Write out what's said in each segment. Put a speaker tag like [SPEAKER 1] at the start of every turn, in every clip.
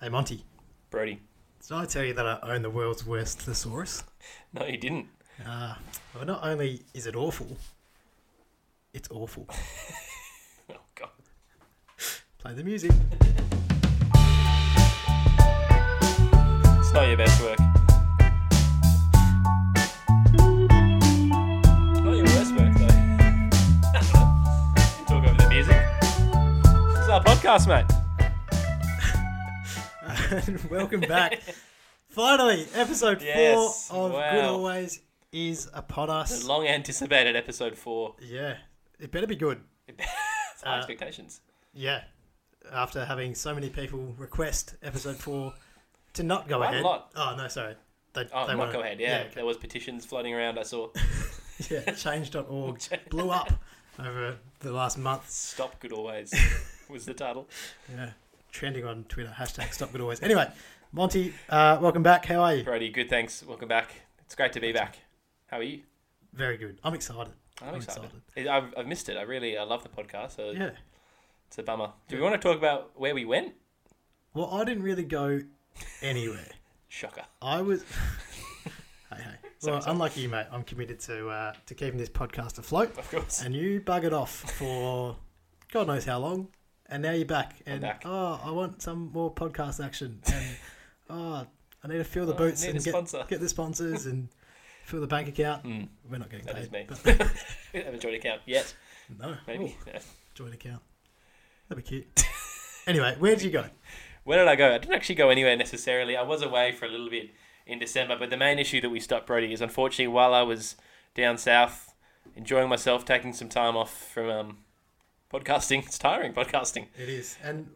[SPEAKER 1] Hey, Monty,
[SPEAKER 2] Brody.
[SPEAKER 1] did I tell you that I own the world's worst thesaurus?
[SPEAKER 2] No, you didn't.
[SPEAKER 1] Uh, well, not only is it awful, it's awful.
[SPEAKER 2] Oh god.
[SPEAKER 1] Play the music.
[SPEAKER 2] It's not your best work. Not your worst work though. Talk over the music. It's our podcast, mate.
[SPEAKER 1] And welcome back. Finally, episode
[SPEAKER 2] Yes,
[SPEAKER 1] four of Good
[SPEAKER 2] wow.
[SPEAKER 1] Always is upon us.
[SPEAKER 2] The long anticipated episode four.
[SPEAKER 1] yeah, it better be good.
[SPEAKER 2] It's high
[SPEAKER 1] Uh,
[SPEAKER 2] expectations.
[SPEAKER 1] Yeah, after having so many people request episode four to not go
[SPEAKER 2] Quite a
[SPEAKER 1] ahead.
[SPEAKER 2] lot.
[SPEAKER 1] Oh no, sorry. They,
[SPEAKER 2] Oh,
[SPEAKER 1] they
[SPEAKER 2] not
[SPEAKER 1] wanna-
[SPEAKER 2] go ahead. Yeah,
[SPEAKER 1] okay.
[SPEAKER 2] there was petitions floating around. I saw.
[SPEAKER 1] Yeah, change.org blew up over the last month.
[SPEAKER 2] Stop good always was the title.
[SPEAKER 1] Yeah, trending on Twitter. Hashtag stop good always. Anyway, Monty, uh, welcome back. How are you?
[SPEAKER 2] Brody, good. Thanks. Welcome back. It's great to be back. How are you?
[SPEAKER 1] Very good. I'm excited.
[SPEAKER 2] I'm,
[SPEAKER 1] I'm
[SPEAKER 2] excited. I've, I've missed it. I really I love the podcast. So
[SPEAKER 1] Yeah.
[SPEAKER 2] It's a bummer. Do we want to talk about where we went?
[SPEAKER 1] Well, I didn't really go anywhere.
[SPEAKER 2] Shocker.
[SPEAKER 1] I was. hey, hey.
[SPEAKER 2] Sorry,
[SPEAKER 1] Well,
[SPEAKER 2] sorry.
[SPEAKER 1] unlike you, mate, I'm committed to uh, to keeping this podcast afloat.
[SPEAKER 2] Of course.
[SPEAKER 1] And you buggered off for God knows how long, and now you're back. And
[SPEAKER 2] back.
[SPEAKER 1] oh, I want some more podcast action. And oh, I need to fill the
[SPEAKER 2] Oh, I
[SPEAKER 1] boots
[SPEAKER 2] need
[SPEAKER 1] and
[SPEAKER 2] a
[SPEAKER 1] get
[SPEAKER 2] sponsor.
[SPEAKER 1] get the sponsors and fill the bank account.
[SPEAKER 2] Mm,
[SPEAKER 1] We're not getting
[SPEAKER 2] that is
[SPEAKER 1] paid.
[SPEAKER 2] me.
[SPEAKER 1] but-
[SPEAKER 2] I haven't joined account yet.
[SPEAKER 1] No,
[SPEAKER 2] Maybe.
[SPEAKER 1] Ooh,
[SPEAKER 2] No.
[SPEAKER 1] joint account. That'd be cute. anyway, where'd you go?
[SPEAKER 2] Where did I go? I didn't actually go anywhere necessarily. I was away for a little bit in December, but the main issue that we stopped Brody is unfortunately while I was down south enjoying myself, taking some time off from um, podcasting. It's tiring podcasting.
[SPEAKER 1] It is, and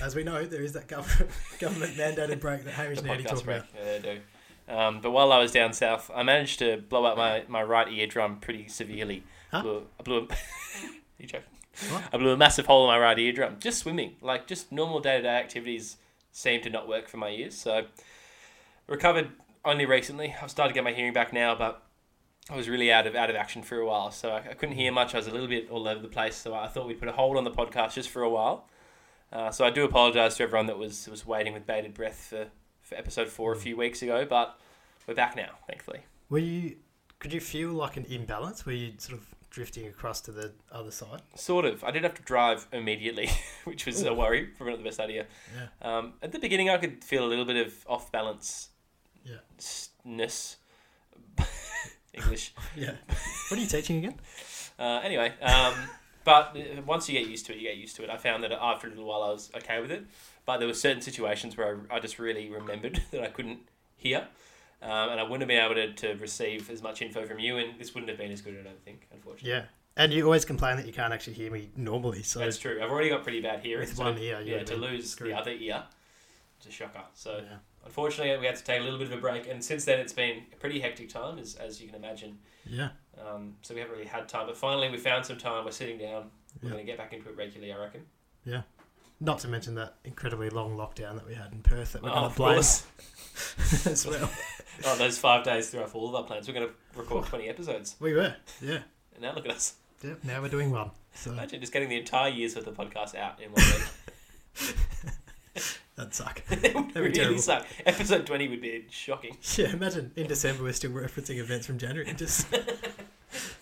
[SPEAKER 1] as we know, there is that government government mandated break that Hamish
[SPEAKER 2] The
[SPEAKER 1] and Andy
[SPEAKER 2] podcast
[SPEAKER 1] talk
[SPEAKER 2] break.
[SPEAKER 1] about.
[SPEAKER 2] Yeah, they do. Um, but while I was down south, I managed to blow out my, my right eardrum pretty severely.
[SPEAKER 1] Huh?
[SPEAKER 2] Blew, I blew. A, you joking?
[SPEAKER 1] What?
[SPEAKER 2] I blew a massive hole in my right eardrum. Just swimming, like just normal day to day activities, seem to not work for my ears. So recovered only recently. I've started to get my hearing back now, but I was really out of out of action for a while, so I, I couldn't hear much. I was a little bit all over the place, so I thought we'd put a hold on the podcast just for a while. Uh, so I do apologise to everyone that was was waiting with bated breath for, for episode four a few weeks ago, but we're back now, thankfully.
[SPEAKER 1] Were you? Could you feel like an imbalance? Were you sort of drifting across to the other side?
[SPEAKER 2] Sort of. I did have to drive immediately, which was a worry. Probably not the best idea.
[SPEAKER 1] Yeah.
[SPEAKER 2] Um, at the beginning, I could feel a little bit of off balance.
[SPEAKER 1] Yeah.
[SPEAKER 2] Ness. English.
[SPEAKER 1] Yeah. What are you teaching again?
[SPEAKER 2] Uh, anyway, um, but uh, once you get used to it, you get used to it. I found that after a little while, I was okay with it. But there were certain situations where I, I just really remembered that I couldn't hear, um, and I wouldn't have been able to, to receive as much info from you, and this wouldn't have been as good. I don't think, unfortunately.
[SPEAKER 1] Yeah. And you always complain that you can't actually hear me normally. So
[SPEAKER 2] That's true. I've already got pretty bad hearing.
[SPEAKER 1] With
[SPEAKER 2] so-
[SPEAKER 1] one ear, you
[SPEAKER 2] yeah,
[SPEAKER 1] would
[SPEAKER 2] to
[SPEAKER 1] be
[SPEAKER 2] lose
[SPEAKER 1] screwed.
[SPEAKER 2] the other ear, it's a shocker. So
[SPEAKER 1] yeah.
[SPEAKER 2] unfortunately, we had to take a little bit of a break, and since then, it's been a pretty hectic time, as, as you can imagine.
[SPEAKER 1] Yeah.
[SPEAKER 2] Um, so we haven't really had time, but finally, we found some time. We're sitting down.
[SPEAKER 1] Yeah.
[SPEAKER 2] We're going to get back into it regularly, I reckon.
[SPEAKER 1] Not to mention that incredibly long lockdown that we had in Perth that we're
[SPEAKER 2] Oh,
[SPEAKER 1] going
[SPEAKER 2] of
[SPEAKER 1] to blame
[SPEAKER 2] course.
[SPEAKER 1] as well.
[SPEAKER 2] Oh, those five days threw off all of our plans. We're going to record twenty episodes,
[SPEAKER 1] We were. Yeah.
[SPEAKER 2] and now look at us.
[SPEAKER 1] Yeah. Now we're doing one. So
[SPEAKER 2] Imagine just getting the entire year's worth of podcast out in one week.
[SPEAKER 1] that'd suck.
[SPEAKER 2] it would
[SPEAKER 1] be
[SPEAKER 2] really
[SPEAKER 1] terrible.
[SPEAKER 2] suck. Episode twenty would be shocking.
[SPEAKER 1] Yeah. Imagine in December we're still referencing events from January. It Just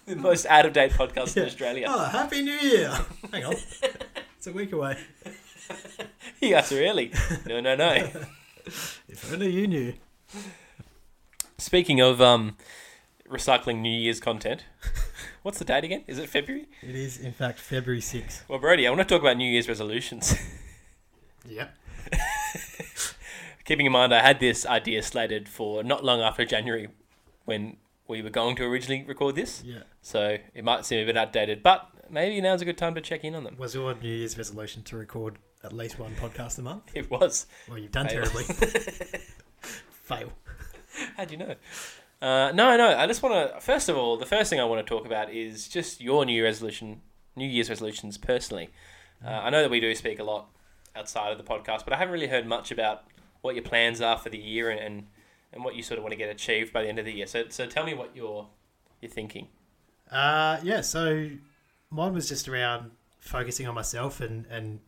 [SPEAKER 2] The most out of date podcast in
[SPEAKER 1] Yeah.
[SPEAKER 2] Australia.
[SPEAKER 1] Oh, happy New Year! Hang on, it's a week away.
[SPEAKER 2] Yes, really. No, no, no.
[SPEAKER 1] If only you knew.
[SPEAKER 2] Speaking of um, recycling New Year's content, what's the date again? Is it February?
[SPEAKER 1] It is, in fact, February 6th.
[SPEAKER 2] Well, Brody, I want to talk about New Year's resolutions.
[SPEAKER 1] Yep.
[SPEAKER 2] Keeping in mind, I had this idea slated for not long after January when we were going to originally record this,
[SPEAKER 1] Yeah.
[SPEAKER 2] so it might seem a bit outdated, but maybe now's a good time to check in on them.
[SPEAKER 1] Was your New Year's resolution to record at least one podcast a month?
[SPEAKER 2] It was.
[SPEAKER 1] Well, you've done
[SPEAKER 2] Fail.
[SPEAKER 1] terribly. Fail.
[SPEAKER 2] How'd you know? Uh, no, no. I just want to. First of all, the first thing I want to talk about is just your new resolution, New Year's resolutions. Personally, uh, I know that we do speak a lot outside of the podcast, but I haven't really heard much about what your plans are for the year and and, and what you sort of want to get achieved by the end of the year. So, so tell me what you're you're thinking.
[SPEAKER 1] Uh, yeah, so mine was just around focusing on myself and, and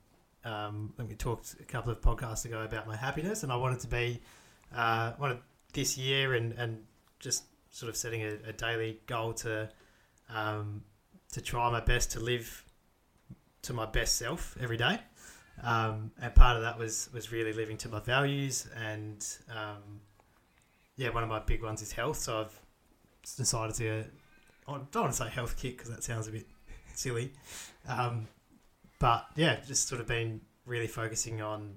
[SPEAKER 1] um, and we talked a couple of podcasts ago about my happiness, and I wanted to be uh, wanted this year and and just sort of setting a, a daily goal to um, to try my best to live to my best self every day. Um, and part of that was was really living to my values, and um, yeah, one of my big ones is health. So I've decided to I don't want to say health kick because that sounds a bit silly, um, but yeah, just sort of been really focusing on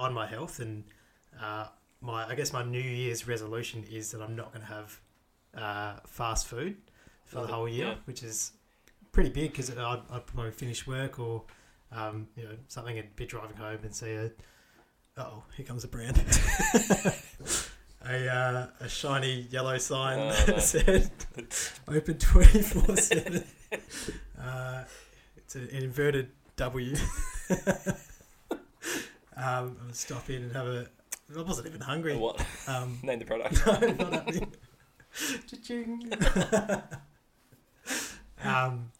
[SPEAKER 1] on my health and uh, my I guess my New Year's resolution is that I'm not going to have uh, fast food for the
[SPEAKER 2] Love it.
[SPEAKER 1] whole year,
[SPEAKER 2] Yeah.
[SPEAKER 1] which is pretty big because I'd, I'd probably finish work or um, you know something and be driving home and see a oh here comes a brand a uh, a shiny yellow sign
[SPEAKER 2] Oh, no.
[SPEAKER 1] that said open twenty four seven. Uh, It's an inverted W. um, I'll stop in and have a. I wasn't even hungry.
[SPEAKER 2] What?
[SPEAKER 1] Um,
[SPEAKER 2] Name the product.
[SPEAKER 1] no, not happening. Cha-ching. um,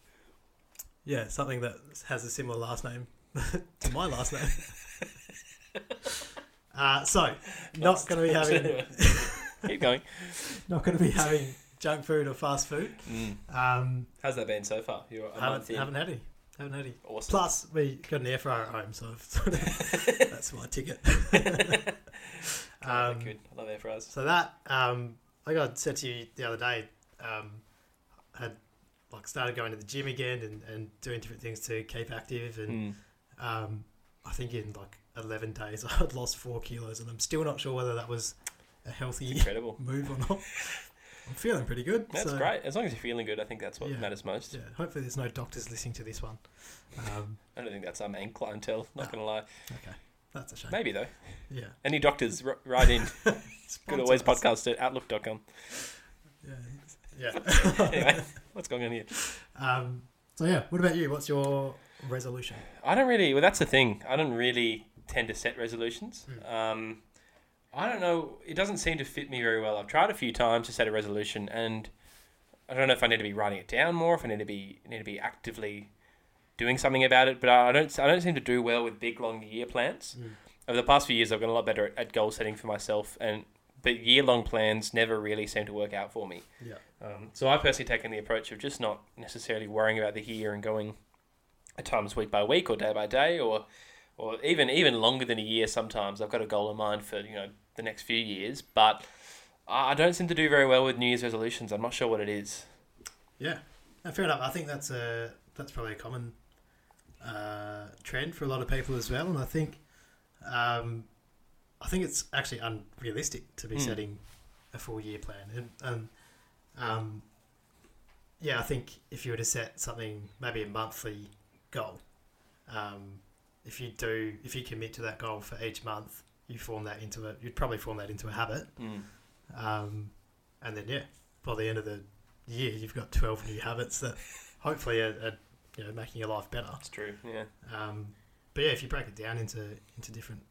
[SPEAKER 1] yeah, something that has a similar last name to my last name. Uh, so, not going to be having
[SPEAKER 2] Keep going.
[SPEAKER 1] not going to be having junk food or fast food.
[SPEAKER 2] Mm.
[SPEAKER 1] Um,
[SPEAKER 2] How's that been so far? You're a month
[SPEAKER 1] haven't,
[SPEAKER 2] in.
[SPEAKER 1] haven't had any. Haven't had any.
[SPEAKER 2] Awesome.
[SPEAKER 1] Plus, we got an air fryer at home, so I've sort of, that's my ticket.
[SPEAKER 2] God,
[SPEAKER 1] um,
[SPEAKER 2] good. I love air fries.
[SPEAKER 1] so that, um, like I said to you the other day, um, had like started going to the gym again and, and doing different things to keep active, and
[SPEAKER 2] Mm.
[SPEAKER 1] um, I think in like eleven days I had lost four kilos, and I'm still not sure whether that was a healthy
[SPEAKER 2] Incredible.
[SPEAKER 1] move or not. I'm feeling pretty good.
[SPEAKER 2] That's
[SPEAKER 1] so,
[SPEAKER 2] great. As long as you're feeling good, I think that's what
[SPEAKER 1] Yeah.
[SPEAKER 2] matters most.
[SPEAKER 1] Yeah, hopefully there's no doctors listening to this one. Um,
[SPEAKER 2] I don't think that's our main clientele.
[SPEAKER 1] Ah.
[SPEAKER 2] Not gonna lie.
[SPEAKER 1] okay, that's a shame.
[SPEAKER 2] Maybe though.
[SPEAKER 1] Yeah,
[SPEAKER 2] Any doctors, r- write in. Good always
[SPEAKER 1] Sponsor us.
[SPEAKER 2] podcast at outlook.com.
[SPEAKER 1] Yeah, yeah.
[SPEAKER 2] Anyway, what's going on here?
[SPEAKER 1] Um, so yeah, what about you? What's your resolution?
[SPEAKER 2] I don't really. Well, that's the thing. I don't really tend to set resolutions. Um, I don't know. It doesn't seem to fit me very well. I've tried a few times to set a resolution, and I don't know if I need to be writing it down more, if I need to be need to be actively doing something about it. But I I don't. I don't seem to do well with big long year plans. Over the past few years, I've gotten a lot better at, at goal setting for myself, and but year long plans never really seem to work out for me.
[SPEAKER 1] Yeah,
[SPEAKER 2] Um, so I've personally taken the approach of just not necessarily worrying about the here and going at times week by week or day by day or or even even longer than a year sometimes. I've got a goal in mind for, you know, the next few years, but I I don't seem to do very well with New Year's resolutions. I'm not sure what it is.
[SPEAKER 1] yeah. No, fair enough. I think that's a that's probably a common uh, trend for a lot of people as well. And I think um, I think it's actually unrealistic to be
[SPEAKER 2] Mm.
[SPEAKER 1] setting a full year plan. And, and um, yeah, I think if you were to set something maybe a monthly goal, um, if you do if you commit to that goal for each month, you form that into a you'd probably form that into a habit.
[SPEAKER 2] Hmm,
[SPEAKER 1] Um, and then yeah, by the end of the year, you've got twelve new habits that hopefully are, are you know making your life better.
[SPEAKER 2] That's true. Yeah.
[SPEAKER 1] Um, but yeah, if you break it down into into different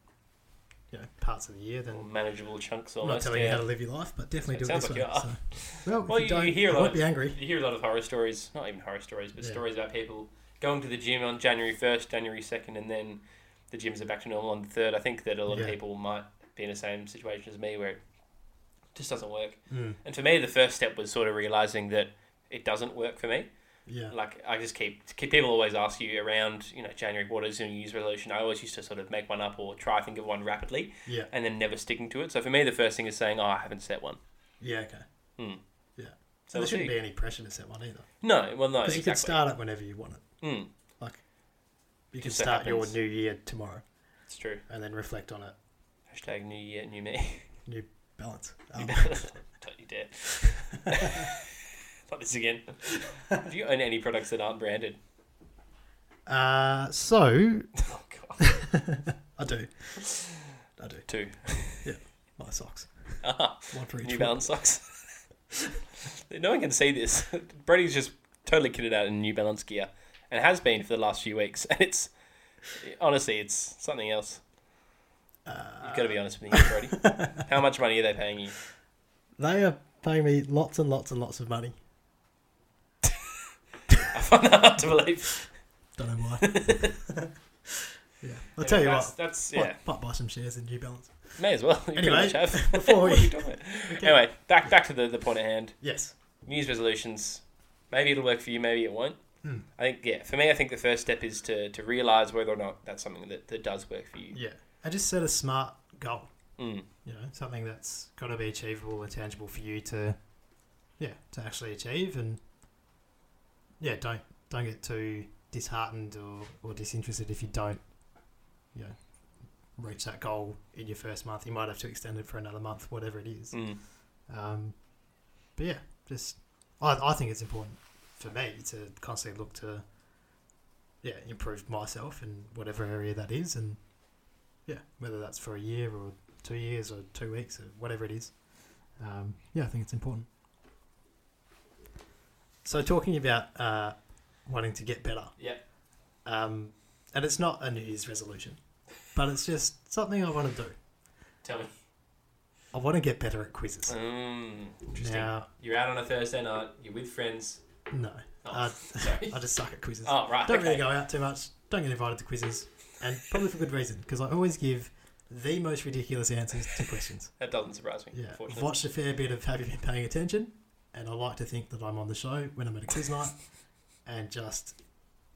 [SPEAKER 1] you know parts of the year, then
[SPEAKER 2] Or manageable chunks
[SPEAKER 1] I'm not
[SPEAKER 2] almost.
[SPEAKER 1] telling you
[SPEAKER 2] yeah.
[SPEAKER 1] how to live your life, but definitely
[SPEAKER 2] It
[SPEAKER 1] do it
[SPEAKER 2] sounds
[SPEAKER 1] this way.
[SPEAKER 2] like you are.
[SPEAKER 1] So, well,
[SPEAKER 2] Well,
[SPEAKER 1] if you,
[SPEAKER 2] you-
[SPEAKER 1] don't,
[SPEAKER 2] you hear a
[SPEAKER 1] I
[SPEAKER 2] lot
[SPEAKER 1] won't
[SPEAKER 2] of-
[SPEAKER 1] be angry.
[SPEAKER 2] You hear a lot of horror stories, not even horror stories, but
[SPEAKER 1] Yeah.
[SPEAKER 2] stories about people going to the gym on January 1st, January 2nd, and then the gyms are back to normal on the 3rd. I think that a lot of
[SPEAKER 1] Yeah.
[SPEAKER 2] people might be in the same situation as me where it just doesn't work.
[SPEAKER 1] Mm,
[SPEAKER 2] And for me, the first step was sort of realizing that it doesn't work for me.
[SPEAKER 1] yeah,
[SPEAKER 2] Like, I just keep, keep people always ask you around, you know, January, what is your New Year's resolution? I always used to sort of make one up or try think of one rapidly
[SPEAKER 1] yeah,
[SPEAKER 2] and then never sticking to it. So for me, the first thing is saying, oh, I haven't set one.
[SPEAKER 1] yeah. Okay.
[SPEAKER 2] Mm.
[SPEAKER 1] Yeah. So
[SPEAKER 2] So
[SPEAKER 1] there
[SPEAKER 2] we'll
[SPEAKER 1] shouldn't
[SPEAKER 2] see.
[SPEAKER 1] be any pressure to set one either,
[SPEAKER 2] No, well, no,
[SPEAKER 1] because
[SPEAKER 2] exactly.
[SPEAKER 1] you can start it whenever you want it.
[SPEAKER 2] Mm,
[SPEAKER 1] Like you can
[SPEAKER 2] Just so
[SPEAKER 1] start your
[SPEAKER 2] happens.
[SPEAKER 1] new year tomorrow
[SPEAKER 2] it's true.
[SPEAKER 1] and then reflect on it.
[SPEAKER 2] Hashtag new year, new me.
[SPEAKER 1] New balance. Um,
[SPEAKER 2] Don't you dare. Not this again. Do you own any products that aren't branded?
[SPEAKER 1] Uh, so
[SPEAKER 2] Oh, God.
[SPEAKER 1] I do. I do.
[SPEAKER 2] Two.
[SPEAKER 1] My socks.
[SPEAKER 2] Ah,
[SPEAKER 1] One for each.
[SPEAKER 2] New
[SPEAKER 1] foot.
[SPEAKER 2] Balance socks. no one can see this. Brady's just totally kitted out in New Balance gear and has been for the last few weeks. And it's, honestly, it's something else. You've got to be honest with me, here, Brady. How much money are they paying you?
[SPEAKER 1] Uh, They are paying me lots and lots and lots of money.
[SPEAKER 2] I find that hard to believe.
[SPEAKER 1] Don't know why. Yeah. I'll tell you
[SPEAKER 2] that's,
[SPEAKER 1] what.
[SPEAKER 2] That's
[SPEAKER 1] Yeah.
[SPEAKER 2] yeah.
[SPEAKER 1] Pop, buy some shares in New Balance.
[SPEAKER 2] May as well. You pretty
[SPEAKER 1] Anyway,
[SPEAKER 2] much have.
[SPEAKER 1] before
[SPEAKER 2] What are
[SPEAKER 1] we-
[SPEAKER 2] you doing? Anyway, back back to the, the point at hand.
[SPEAKER 1] Yes.
[SPEAKER 2] New Year's resolutions. Maybe it'll work for you. Maybe it won't.
[SPEAKER 1] Hmm.
[SPEAKER 2] I think yeah. For me, I think the first step is to to realize whether or not that's something that, that does work for you.
[SPEAKER 1] Yeah. I just set a smart goal.
[SPEAKER 2] Mm.
[SPEAKER 1] You know, something that's got to be achievable and tangible for you to, yeah, to actually achieve. And yeah, don't don't get too disheartened or, or disinterested if you don't, you know, reach that goal in your first month. You might have to extend it for another month, whatever it is.
[SPEAKER 2] Mm.
[SPEAKER 1] Um, but yeah, just I, I think it's important for me to constantly look to yeah improve myself in whatever area that is, and yeah, whether that's for a year or two years or two weeks or whatever it is. Um, yeah, I think it's important. So talking about uh, wanting to get better,
[SPEAKER 2] Yep.
[SPEAKER 1] um, and it's not a New Year's resolution, but it's just something I want to do.
[SPEAKER 2] Tell me.
[SPEAKER 1] I want to get better at quizzes.
[SPEAKER 2] Mm, interesting.
[SPEAKER 1] Now,
[SPEAKER 2] You're out on a Thursday night. You're with friends.
[SPEAKER 1] no,
[SPEAKER 2] Oh,
[SPEAKER 1] Uh,
[SPEAKER 2] sorry.
[SPEAKER 1] I just suck at quizzes.
[SPEAKER 2] Oh right.
[SPEAKER 1] don't
[SPEAKER 2] okay.
[SPEAKER 1] really go out too much. Don't get invited to quizzes, and probably for good reason because I always give the most ridiculous answers to questions.
[SPEAKER 2] That doesn't surprise me.
[SPEAKER 1] Yeah, I've
[SPEAKER 2] Unfortunately.
[SPEAKER 1] watched a fair bit of Have You Been Paying Attention, and I like to think that I'm on the show when I'm at a quiz night, and just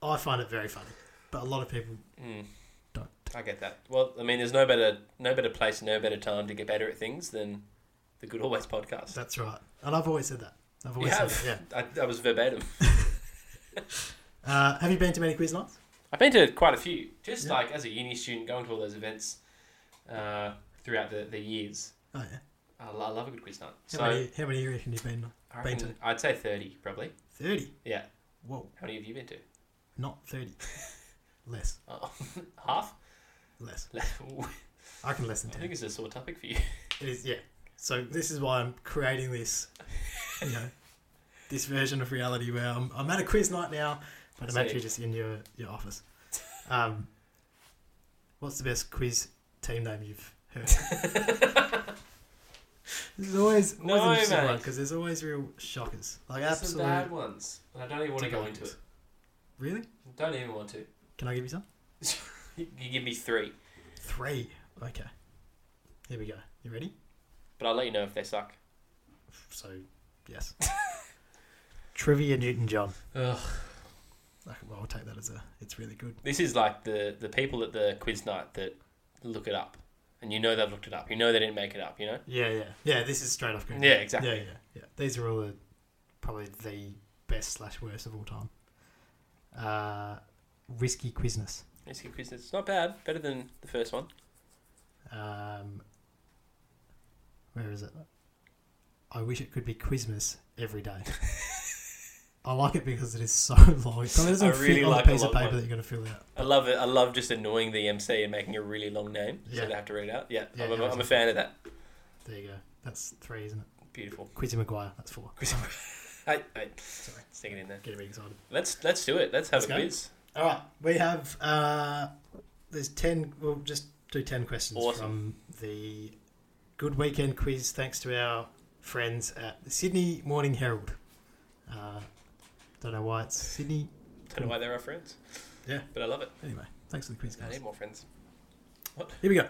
[SPEAKER 1] I find it very funny. But a lot of people
[SPEAKER 2] Mm.
[SPEAKER 1] Don't.
[SPEAKER 2] I get that. Well, I mean, there's no better no better place, no better time to get better at things than the Good Always podcast.
[SPEAKER 1] that's right, and I've always said that. I've
[SPEAKER 2] You
[SPEAKER 1] always said
[SPEAKER 2] have.
[SPEAKER 1] that. Yeah.
[SPEAKER 2] I, that was verbatim.
[SPEAKER 1] Uh, have you been to many quiz nights?
[SPEAKER 2] I've been to quite a few, just
[SPEAKER 1] Yeah.
[SPEAKER 2] like as a uni student, going to all those events uh, throughout the, the years.
[SPEAKER 1] Oh yeah.
[SPEAKER 2] I lo- I love a good quiz night.
[SPEAKER 1] How
[SPEAKER 2] So
[SPEAKER 1] many? How many you reckon you've been?
[SPEAKER 2] I reckon
[SPEAKER 1] been
[SPEAKER 2] I'd say 30 probably.
[SPEAKER 1] Thirty.
[SPEAKER 2] Yeah.
[SPEAKER 1] Whoa,
[SPEAKER 2] How many have you been to?
[SPEAKER 1] not thirty. less,
[SPEAKER 2] Oh, half?
[SPEAKER 1] less.
[SPEAKER 2] Ooh,
[SPEAKER 1] I can less than
[SPEAKER 2] I
[SPEAKER 1] ten.
[SPEAKER 2] think it's a sore topic for you.
[SPEAKER 1] It is, yeah. So this is why I'm creating this, you know, this version of reality where I'm, I'm at a quiz night now, but I'm
[SPEAKER 2] So-
[SPEAKER 1] actually just in your, your office. Um, what's the best quiz team name you've heard? There's always, always
[SPEAKER 2] No,
[SPEAKER 1] an interesting
[SPEAKER 2] mate.
[SPEAKER 1] one because there's always real shockers, like
[SPEAKER 2] There's Some bad
[SPEAKER 1] absolute.
[SPEAKER 2] ones. And I don't even want to go into
[SPEAKER 1] debunks.
[SPEAKER 2] it.
[SPEAKER 1] Really?
[SPEAKER 2] Don't even want to.
[SPEAKER 1] Can I give you some?
[SPEAKER 2] You you give me three,
[SPEAKER 1] Three. Okay. Here we go. You ready?
[SPEAKER 2] but I'll let you know if they suck.
[SPEAKER 1] So, yes. Trivia Newton John.
[SPEAKER 2] Ugh.
[SPEAKER 1] Well, I'll take that as a. It's really good.
[SPEAKER 2] This is like the, the people at the quiz night that look it up. And you know they've looked it up. You know they didn't make it up, you know?
[SPEAKER 1] Yeah, yeah, yeah. This is straight off. Google.
[SPEAKER 2] Yeah, exactly.
[SPEAKER 1] Yeah, yeah, yeah. These are all the, probably the best slash worst of all time. Uh, risky quizness.
[SPEAKER 2] Risky quiz. It's not bad. Better than the first one.
[SPEAKER 1] Um, where is it? I wish it could be Quizmas every day. I like it because it is so long. It probably doesn't
[SPEAKER 2] I really
[SPEAKER 1] fit on
[SPEAKER 2] like
[SPEAKER 1] the
[SPEAKER 2] the
[SPEAKER 1] piece of
[SPEAKER 2] long
[SPEAKER 1] paper
[SPEAKER 2] one.
[SPEAKER 1] that you're going to fill out.
[SPEAKER 2] I love it. I love just annoying the MC and making a really long name
[SPEAKER 1] Yeah.
[SPEAKER 2] so they have to read it out. Yeah,
[SPEAKER 1] Yeah,
[SPEAKER 2] I'm, a,
[SPEAKER 1] yeah,
[SPEAKER 2] I'm a fan of that.
[SPEAKER 1] There you go. That's three, isn't it?
[SPEAKER 2] Beautiful.
[SPEAKER 1] Quizzy Maguire. That's four.
[SPEAKER 2] Quiz- hey, hey,
[SPEAKER 1] Sorry,
[SPEAKER 2] stick it in there.
[SPEAKER 1] getting me excited.
[SPEAKER 2] Let's let's do it. Let's have
[SPEAKER 1] Let's
[SPEAKER 2] a
[SPEAKER 1] go.
[SPEAKER 2] quiz.
[SPEAKER 1] All right, we have uh, there's ten. We'll just do ten questions
[SPEAKER 2] Awesome.
[SPEAKER 1] from the Good Weekend Quiz. Thanks to our friends at the Sydney Morning Herald. Uh, don't know why it's Sydney.
[SPEAKER 2] Don't know why they're our friends.
[SPEAKER 1] Yeah.
[SPEAKER 2] but I love it.
[SPEAKER 1] Anyway, thanks for the quiz,
[SPEAKER 2] I
[SPEAKER 1] guys.
[SPEAKER 2] need more friends.
[SPEAKER 1] Here we go.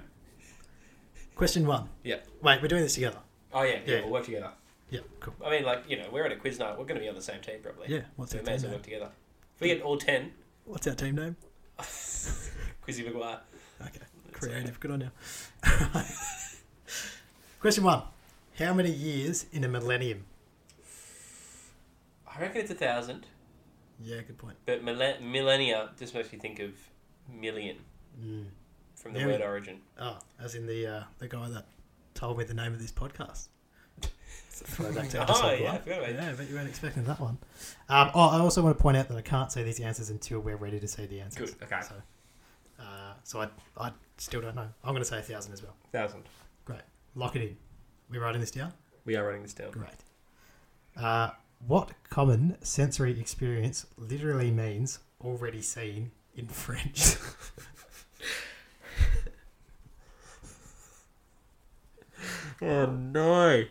[SPEAKER 1] Question one.
[SPEAKER 2] Yeah.
[SPEAKER 1] Wait, we're doing this together.
[SPEAKER 2] Oh yeah, yeah.
[SPEAKER 1] Yeah.
[SPEAKER 2] We'll work together.
[SPEAKER 1] Yeah, cool.
[SPEAKER 2] I mean, like you know, we're at a quiz night. We're going to be on the same team probably.
[SPEAKER 1] Yeah. What's
[SPEAKER 2] So
[SPEAKER 1] our
[SPEAKER 2] we may
[SPEAKER 1] team
[SPEAKER 2] as well
[SPEAKER 1] name?
[SPEAKER 2] work together. If we get all ten,
[SPEAKER 1] What's our team name?
[SPEAKER 2] Quizzy Maguire.
[SPEAKER 1] Okay, creative. Good on you. Question one. How many years in a millennium?
[SPEAKER 2] I reckon it's a thousand,
[SPEAKER 1] Yeah, good point.
[SPEAKER 2] but millen- millennia just makes me think of million
[SPEAKER 1] Mm.
[SPEAKER 2] from the
[SPEAKER 1] Yeah.
[SPEAKER 2] word origin.
[SPEAKER 1] Oh, as in the uh, the guy that told me the name of this podcast. Throwback to
[SPEAKER 2] Oh,
[SPEAKER 1] episode
[SPEAKER 2] yeah,
[SPEAKER 1] one.
[SPEAKER 2] I forgot about
[SPEAKER 1] yeah, but you weren't expecting that one. Um, oh, I also want to point out that I can't say these answers until we're ready to say the answers.
[SPEAKER 2] Good. Okay.
[SPEAKER 1] So, uh, so I, I still don't know. I'm going to say a thousand as well.
[SPEAKER 2] Thousand.
[SPEAKER 1] Lock it in. We writing this down?
[SPEAKER 2] We are running this down.
[SPEAKER 1] Great. Uh, what common sensory experience literally means already seen in French?
[SPEAKER 2] Oh no.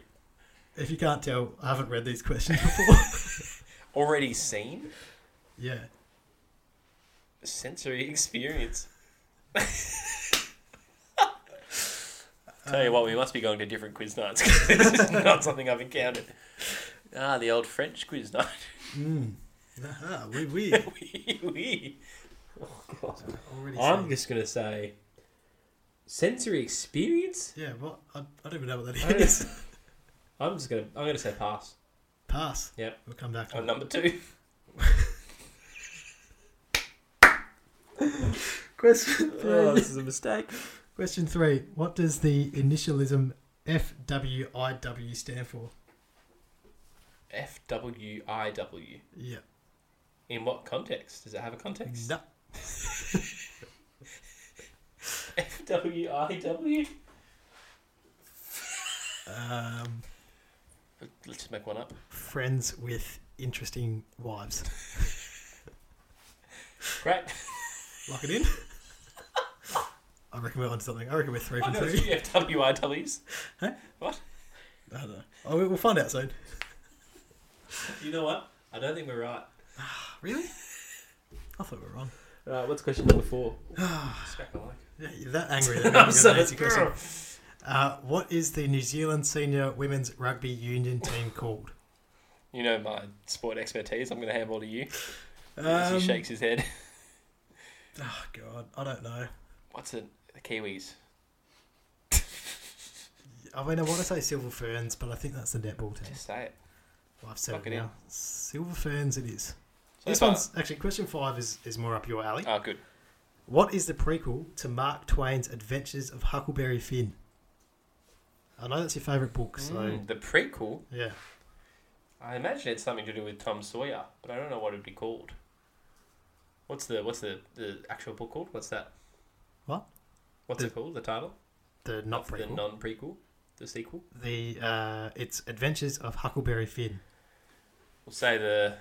[SPEAKER 1] if you can't tell, I haven't read these questions.
[SPEAKER 2] Already seen?
[SPEAKER 1] yeah.
[SPEAKER 2] Sensory experience. Tell you what, we must be going to different quiz nights 'cause this is not something I've encountered. Ah, the old French quiz night.
[SPEAKER 1] Mm. Ah, we we
[SPEAKER 2] Wee, wee.
[SPEAKER 1] already.
[SPEAKER 2] I'm
[SPEAKER 1] said-
[SPEAKER 2] just going to say sensory experience?
[SPEAKER 1] Yeah, well, I, I don't even know what
[SPEAKER 2] I
[SPEAKER 1] that
[SPEAKER 2] don't-
[SPEAKER 1] is.
[SPEAKER 2] I'm just going to I'm going to say pass.
[SPEAKER 1] Pass.
[SPEAKER 2] Yep. Oh,
[SPEAKER 1] We'll come back to
[SPEAKER 2] On
[SPEAKER 1] it.
[SPEAKER 2] number 2.
[SPEAKER 1] Question three.
[SPEAKER 2] Oh, is a mistake.
[SPEAKER 1] Question three. What does the initialism FWIW stand for?
[SPEAKER 2] F W I W.
[SPEAKER 1] Yeah.
[SPEAKER 2] In what context? Does it have a context?
[SPEAKER 1] No.
[SPEAKER 2] F W I W.
[SPEAKER 1] Um,
[SPEAKER 2] Let's just make one up.
[SPEAKER 1] friends with interesting wives.
[SPEAKER 2] Great.
[SPEAKER 1] Lock it in. I reckon we're on something. I reckon we're three
[SPEAKER 2] I
[SPEAKER 1] from
[SPEAKER 2] know a
[SPEAKER 1] three.
[SPEAKER 2] few F W I Ws.
[SPEAKER 1] I don't know. Oh, we- we'll find out soon.
[SPEAKER 2] You know what? I don't think we're right.
[SPEAKER 1] Really? I thought we were wrong.
[SPEAKER 2] Right, what's question number four? Smack my mic.
[SPEAKER 1] Yeah, you're that angry. That
[SPEAKER 2] I'm
[SPEAKER 1] I'm
[SPEAKER 2] so
[SPEAKER 1] going to answer your question. Uh, what is the New Zealand senior women's rugby union team called?
[SPEAKER 2] You know my sport expertise. I'm going to handball to you. as he
[SPEAKER 1] Um,
[SPEAKER 2] shakes his head.
[SPEAKER 1] Oh God, I don't know.
[SPEAKER 2] What's it? The Kiwis.
[SPEAKER 1] I mean, I want to say Silver Ferns, but I think that's the netball team.
[SPEAKER 2] Just say it.
[SPEAKER 1] Well, I've said
[SPEAKER 2] Lock
[SPEAKER 1] it
[SPEAKER 2] it in.
[SPEAKER 1] now. Silver Ferns, it is.
[SPEAKER 2] So
[SPEAKER 1] this
[SPEAKER 2] far-
[SPEAKER 1] one's actually question five is, is more up your alley.
[SPEAKER 2] Oh, good.
[SPEAKER 1] What is the prequel to Mark Twain's Adventures of Huckleberry Finn? I know that's your favourite book, so
[SPEAKER 2] Mm, the prequel.
[SPEAKER 1] yeah.
[SPEAKER 2] I imagine it's something to do with Tom Sawyer, but I don't know what it'd be called. What's the What's the, the actual book called? What's that?
[SPEAKER 1] What?
[SPEAKER 2] What's
[SPEAKER 1] The-
[SPEAKER 2] it called? The title?
[SPEAKER 1] The not
[SPEAKER 2] Of the
[SPEAKER 1] prequel.
[SPEAKER 2] non prequel. The sequel.
[SPEAKER 1] the uh, it's Adventures of Huckleberry Finn.
[SPEAKER 2] We'll say the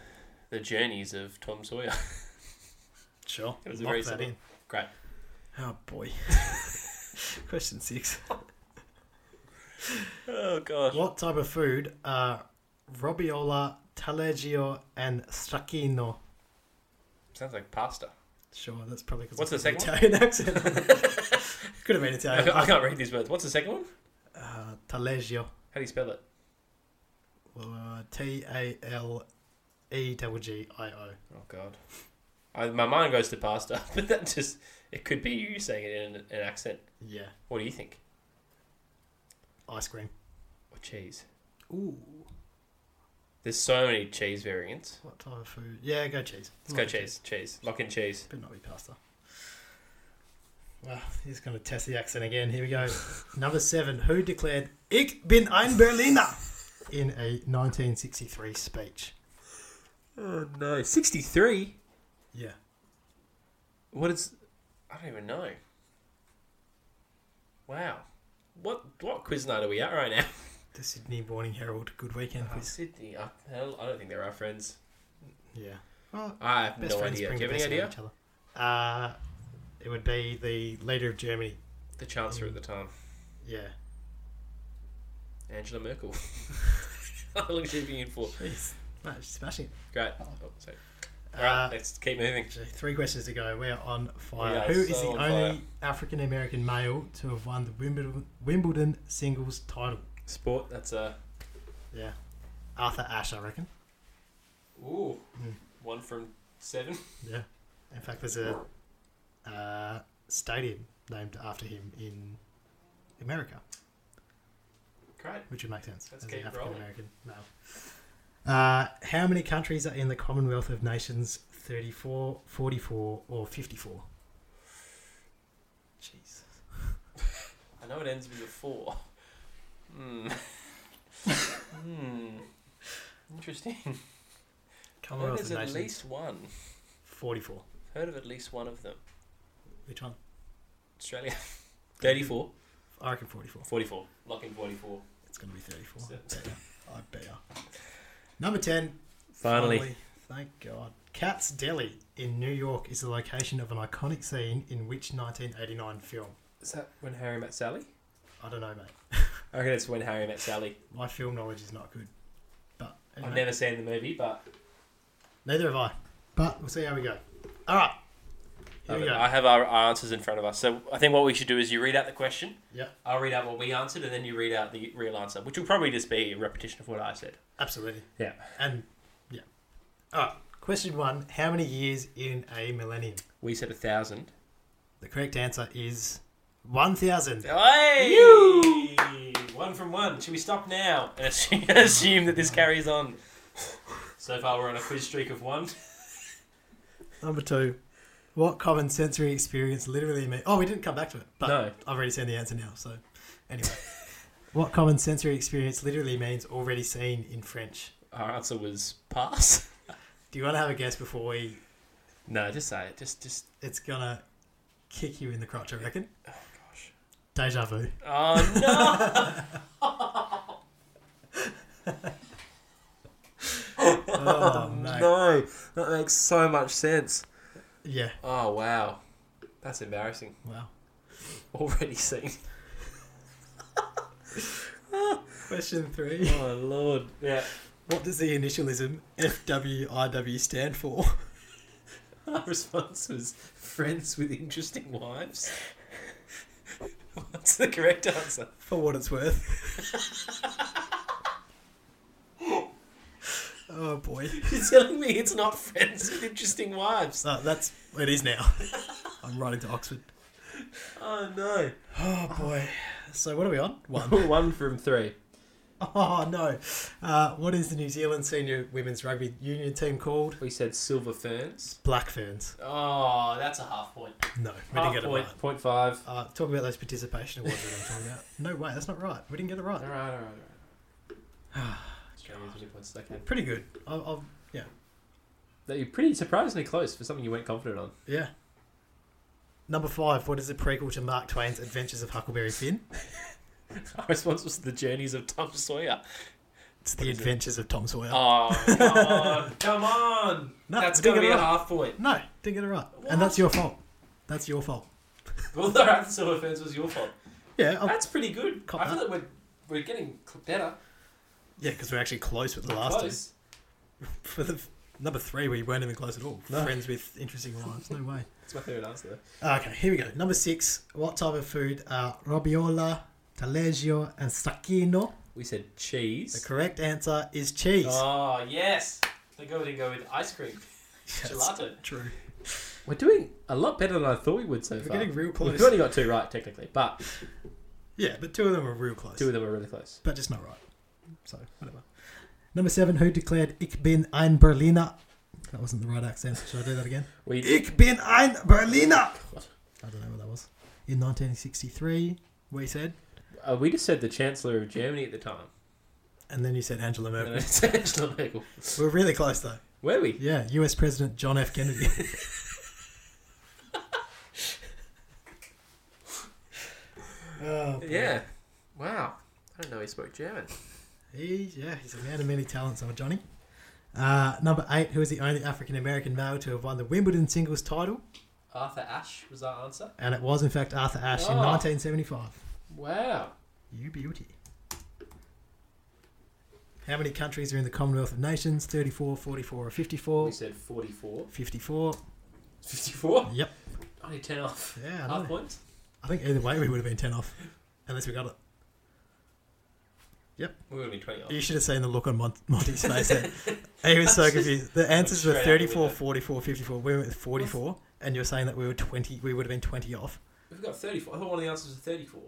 [SPEAKER 2] the journeys of Tom Sawyer.
[SPEAKER 1] Sure.
[SPEAKER 2] It was a very simple- Great.
[SPEAKER 1] Oh boy. Question six.
[SPEAKER 2] Oh gosh.
[SPEAKER 1] What type of food are Robiola, Taleggio, and Stracchino?
[SPEAKER 2] Sounds like pasta.
[SPEAKER 1] Sure, that's probably because
[SPEAKER 2] What's the second one?
[SPEAKER 1] Italian accent. Could have been
[SPEAKER 2] I,
[SPEAKER 1] Italian.
[SPEAKER 2] ca- I can't read these words. What's the second one?
[SPEAKER 1] Uh, Taleggio.
[SPEAKER 2] How do you spell it?
[SPEAKER 1] Uh, T A L E double G I O.
[SPEAKER 2] Oh God, I, my mind goes to pasta, but that just it could be you saying it in an accent.
[SPEAKER 1] Yeah,
[SPEAKER 2] What do you think?
[SPEAKER 1] ice cream.
[SPEAKER 2] Or cheese?
[SPEAKER 1] Ooh,
[SPEAKER 2] There's so many cheese variants.
[SPEAKER 1] what type of food? Yeah, go cheese.
[SPEAKER 2] Let's go
[SPEAKER 1] Might be
[SPEAKER 2] cheese. Cheese. Lock in cheese.
[SPEAKER 1] Better not be pasta. Well, he's going to test the accent again. Here we go. Number seven. Who declared "Ich bin ein Berliner" in a 1963 speech?
[SPEAKER 2] Oh no, sixty-three.
[SPEAKER 1] Yeah,
[SPEAKER 2] What is? I don't even know. Wow, what what quiz night are we at right now?
[SPEAKER 1] the Sydney Morning Herald. Good weekend
[SPEAKER 2] Oh,
[SPEAKER 1] quiz.
[SPEAKER 2] Sydney. I, I don't think they're our friends.
[SPEAKER 1] Yeah. Well,
[SPEAKER 2] I have
[SPEAKER 1] best
[SPEAKER 2] no
[SPEAKER 1] friends
[SPEAKER 2] idea. Do
[SPEAKER 1] bring
[SPEAKER 2] you
[SPEAKER 1] the
[SPEAKER 2] have any
[SPEAKER 1] best out
[SPEAKER 2] idea?
[SPEAKER 1] of each other. Uh, it would be the leader of Germany.
[SPEAKER 2] The chancellor at the time,
[SPEAKER 1] Mm. Yeah.
[SPEAKER 2] Angela Merkel. How long has she been in for?
[SPEAKER 1] Jeez. Mate, she's smashing. it.
[SPEAKER 2] Great. Oh, sorry. All
[SPEAKER 1] Uh,
[SPEAKER 2] right, let's keep moving.
[SPEAKER 1] Actually, Three questions to go. We are on fire.
[SPEAKER 2] are
[SPEAKER 1] Who is
[SPEAKER 2] so
[SPEAKER 1] the
[SPEAKER 2] on
[SPEAKER 1] only African American male to have won the Wimbledon, Wimbledon singles title?
[SPEAKER 2] Sport. That's a
[SPEAKER 1] Yeah. Arthur Ashe, I reckon.
[SPEAKER 2] ooh
[SPEAKER 1] Hmm.
[SPEAKER 2] one from seven.
[SPEAKER 1] Yeah. In fact, there's a uh, stadium named after him in America,
[SPEAKER 2] Great.
[SPEAKER 1] which would make sense.
[SPEAKER 2] Let's
[SPEAKER 1] as
[SPEAKER 2] keep
[SPEAKER 1] an
[SPEAKER 2] rolling.
[SPEAKER 1] African American male. Uh, how many countries are in the Commonwealth of Nations 34, 44, or 54? Jeez.
[SPEAKER 2] I know it ends with a four. Hmm. hmm. Interesting. Well,
[SPEAKER 1] Commonwealth of
[SPEAKER 2] there's
[SPEAKER 1] Nations
[SPEAKER 2] at least one.
[SPEAKER 1] 44.
[SPEAKER 2] Heard of at least one of them.
[SPEAKER 1] Which one?
[SPEAKER 2] Australia. 34.
[SPEAKER 1] I reckon 44.
[SPEAKER 2] 44. Lock in 44.
[SPEAKER 1] It's going to be 34.
[SPEAKER 2] So-
[SPEAKER 1] Better. I better. Number 10.
[SPEAKER 2] Finally.
[SPEAKER 1] Thank God. Cat's Deli in New York is the location of an iconic scene in which 1989 film?
[SPEAKER 2] Is that when Harry met Sally?
[SPEAKER 1] I don't know, mate.
[SPEAKER 2] I reckon it's when Harry met Sally.
[SPEAKER 1] My film knowledge is not good. But anyway,
[SPEAKER 2] I've never seen the movie, but
[SPEAKER 1] neither have I. But we'll see how we go. All right. Here we
[SPEAKER 2] Love it.
[SPEAKER 1] go.
[SPEAKER 2] I have our, our answers in front of us. So I think what we should do is you read out the question.
[SPEAKER 1] Yep.
[SPEAKER 2] I'll read out what we answered, and then you read out the real answer, which will probably just be a repetition of what I said.
[SPEAKER 1] Absolutely.
[SPEAKER 2] Yeah.
[SPEAKER 1] And yeah. All right. Question one: How many years in a millennium?
[SPEAKER 2] We said a thousand.
[SPEAKER 1] The correct answer is one thousand.
[SPEAKER 2] Hey!
[SPEAKER 1] You!
[SPEAKER 2] One from one. Should we stop now and assume, assume that this carries on? So far, we're on a quiz streak of one.
[SPEAKER 1] Number two: What common sensory experience literally mean? Oh, we didn't come back to it, but
[SPEAKER 2] No.
[SPEAKER 1] I've already seen the answer now. So, anyway, what common sensory experience literally means already seen in French?
[SPEAKER 2] Our answer was pass.
[SPEAKER 1] Do you want to have a guess before we?
[SPEAKER 2] No, just say it. Just, just.
[SPEAKER 1] It's gonna kick you in the crotch, I reckon.
[SPEAKER 2] Oh gosh.
[SPEAKER 1] Deja vu.
[SPEAKER 2] Oh no!
[SPEAKER 1] Oh no.
[SPEAKER 2] no, that makes so much sense.
[SPEAKER 1] Yeah.
[SPEAKER 2] Oh wow, that's embarrassing.
[SPEAKER 1] Wow.
[SPEAKER 2] Already seen.
[SPEAKER 1] Question three.
[SPEAKER 2] Oh lord. Yeah.
[SPEAKER 1] What does the initialism FWIW stand for?
[SPEAKER 2] Our response was friends with interesting wives. What's the correct answer?
[SPEAKER 1] For what it's worth. oh boy.
[SPEAKER 2] You're telling me it's not friends with interesting wives?
[SPEAKER 1] So that's it is now. I'm riding to Oxford.
[SPEAKER 2] Oh no.
[SPEAKER 1] Oh boy. So what are we on? One.
[SPEAKER 2] One from three.
[SPEAKER 1] Oh no. Uh, what is the New Zealand senior women's rugby union team called?
[SPEAKER 2] We said silver ferns.
[SPEAKER 1] Black Ferns.
[SPEAKER 2] Oh, that's a half point.
[SPEAKER 1] No, we didn't get it right.
[SPEAKER 2] Point five.
[SPEAKER 1] Uh, talk about those participation awards that I'm talking about. No way, that's not right. We didn't get it right.
[SPEAKER 2] All right, all right, all right. Australia's winning points. Okay.
[SPEAKER 1] Pretty good. I'll, I'll,
[SPEAKER 2] That you're pretty surprisingly close for something you weren't confident on.
[SPEAKER 1] yeah. Number five. What is the prequel to Mark Twain's Adventures of Huckleberry Finn?
[SPEAKER 2] Our response was the journeys of Tom Sawyer.
[SPEAKER 1] It's The
[SPEAKER 2] What is it?
[SPEAKER 1] Adventures of Tom Sawyer.
[SPEAKER 2] Oh, come on, come on.
[SPEAKER 1] No,
[SPEAKER 2] that's
[SPEAKER 1] dig
[SPEAKER 2] gonna
[SPEAKER 1] it
[SPEAKER 2] be a
[SPEAKER 1] up.
[SPEAKER 2] half point.
[SPEAKER 1] No, didn't get it right.
[SPEAKER 2] What?
[SPEAKER 1] And that's your fault. That's your fault.
[SPEAKER 2] Well, all right, the silver ferns was your fault.
[SPEAKER 1] Yeah, i
[SPEAKER 2] That's pretty good.
[SPEAKER 1] Cop
[SPEAKER 2] I feel
[SPEAKER 1] that.
[SPEAKER 2] Oh. that we're we're getting cl- better.
[SPEAKER 1] yeah, because we're actually close with the
[SPEAKER 2] We're
[SPEAKER 1] last
[SPEAKER 2] close.
[SPEAKER 1] two. For the number three, we weren't even close at all.
[SPEAKER 2] No.
[SPEAKER 1] Friends with interesting lives. No way.
[SPEAKER 2] That's my third answer. Though.
[SPEAKER 1] Okay, here we go. Number six. What type of food are robiola, taleggio, and sacchino?
[SPEAKER 2] We said
[SPEAKER 1] The
[SPEAKER 2] cheese.
[SPEAKER 1] correct answer is cheese.
[SPEAKER 2] Oh yes. They go and go with ice cream,
[SPEAKER 1] Yes,
[SPEAKER 2] gelato.
[SPEAKER 1] True.
[SPEAKER 2] We're doing a lot better than I thought we would so
[SPEAKER 1] We're
[SPEAKER 2] far.
[SPEAKER 1] getting real
[SPEAKER 2] We've
[SPEAKER 1] close.
[SPEAKER 2] only got two right technically, but
[SPEAKER 1] Yeah, but two of them were real close.
[SPEAKER 2] two of them are really close.
[SPEAKER 1] but just not right. So whatever. Number seven, who declared "Ich bin ein Berliner"? That wasn't the right accent. Should I do that again?
[SPEAKER 2] We
[SPEAKER 1] "Ich bin ein Berliner." I don't know what that was. In 1963, we said,
[SPEAKER 2] uh, we just said the Chancellor of Germany at the time.
[SPEAKER 1] and then you said Angela
[SPEAKER 2] And
[SPEAKER 1] Merkel.
[SPEAKER 2] it's Angela Merkel.
[SPEAKER 1] We're really close though.
[SPEAKER 2] Were we?
[SPEAKER 1] Yeah, U.S. President John F. Kennedy. Oh, boy.
[SPEAKER 2] Yeah. Wow. I didn't know he spoke German.
[SPEAKER 1] He, yeah, he's a man of many talents, our Johnny. Uh, number eight, who is the only African American male to have won the Wimbledon singles title?
[SPEAKER 2] Arthur Ashe was our answer.
[SPEAKER 1] And it was, in fact, Arthur Ashe in
[SPEAKER 2] Oh.
[SPEAKER 1] 1975.
[SPEAKER 2] Wow.
[SPEAKER 1] You beauty. How many countries are in the Commonwealth of Nations? 34, 44, or 54?
[SPEAKER 2] We said 44.
[SPEAKER 1] 54.
[SPEAKER 2] 54?
[SPEAKER 1] Yep.
[SPEAKER 2] Only 10 off.
[SPEAKER 1] Yeah, I,
[SPEAKER 2] Half
[SPEAKER 1] know.
[SPEAKER 2] point.
[SPEAKER 1] I think either way we would have been 10 off, unless we got it.
[SPEAKER 2] We're going to be 20 off.
[SPEAKER 1] You should have seen the look on Mon- Monty's face there. He was so confused. The answers were
[SPEAKER 2] Straight out the
[SPEAKER 1] 34,
[SPEAKER 2] window.
[SPEAKER 1] 44, 54. We went with 44, and you're saying that we were 20, we would have been 20 off.
[SPEAKER 2] We've got 34. I thought one of the answers was 34.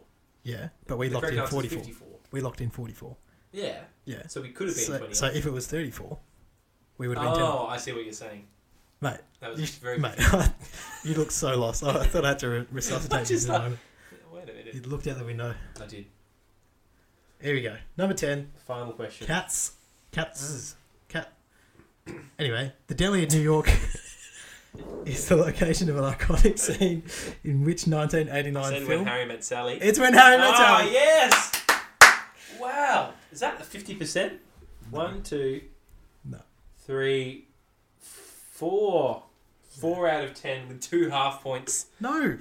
[SPEAKER 1] Yeah, but we
[SPEAKER 2] The
[SPEAKER 1] locked
[SPEAKER 2] correct
[SPEAKER 1] in
[SPEAKER 2] answer is
[SPEAKER 1] 44.
[SPEAKER 2] 54.
[SPEAKER 1] We locked in 44.
[SPEAKER 2] Yeah.
[SPEAKER 1] Yeah.
[SPEAKER 2] So we could have been
[SPEAKER 1] So,
[SPEAKER 2] 20
[SPEAKER 1] so
[SPEAKER 2] off.
[SPEAKER 1] if it was 34, we would have been 10 off.
[SPEAKER 2] Oh, I see what you're saying.
[SPEAKER 1] Mate,
[SPEAKER 2] That was
[SPEAKER 1] you,
[SPEAKER 2] very
[SPEAKER 1] mate you look so lost. I thought I had to re- resuscitate you
[SPEAKER 2] Just
[SPEAKER 1] for a
[SPEAKER 2] like-
[SPEAKER 1] moment.
[SPEAKER 2] Wait a minute.
[SPEAKER 1] You looked out the window.
[SPEAKER 2] I did.
[SPEAKER 1] Here we go. Number 10.
[SPEAKER 2] Final question.
[SPEAKER 1] Cats. Cats. Cat. Anyway, the deli in New York is the location of an iconic scene in which
[SPEAKER 2] I
[SPEAKER 1] 1989
[SPEAKER 2] said when
[SPEAKER 1] film.
[SPEAKER 2] Harry met Sally.
[SPEAKER 1] It's when Harry met
[SPEAKER 2] Ah,
[SPEAKER 1] Sally.
[SPEAKER 2] yes! Wow. Is that the 50%? One, two,
[SPEAKER 1] No.
[SPEAKER 2] three, four. Four out of ten with two half points.
[SPEAKER 1] No,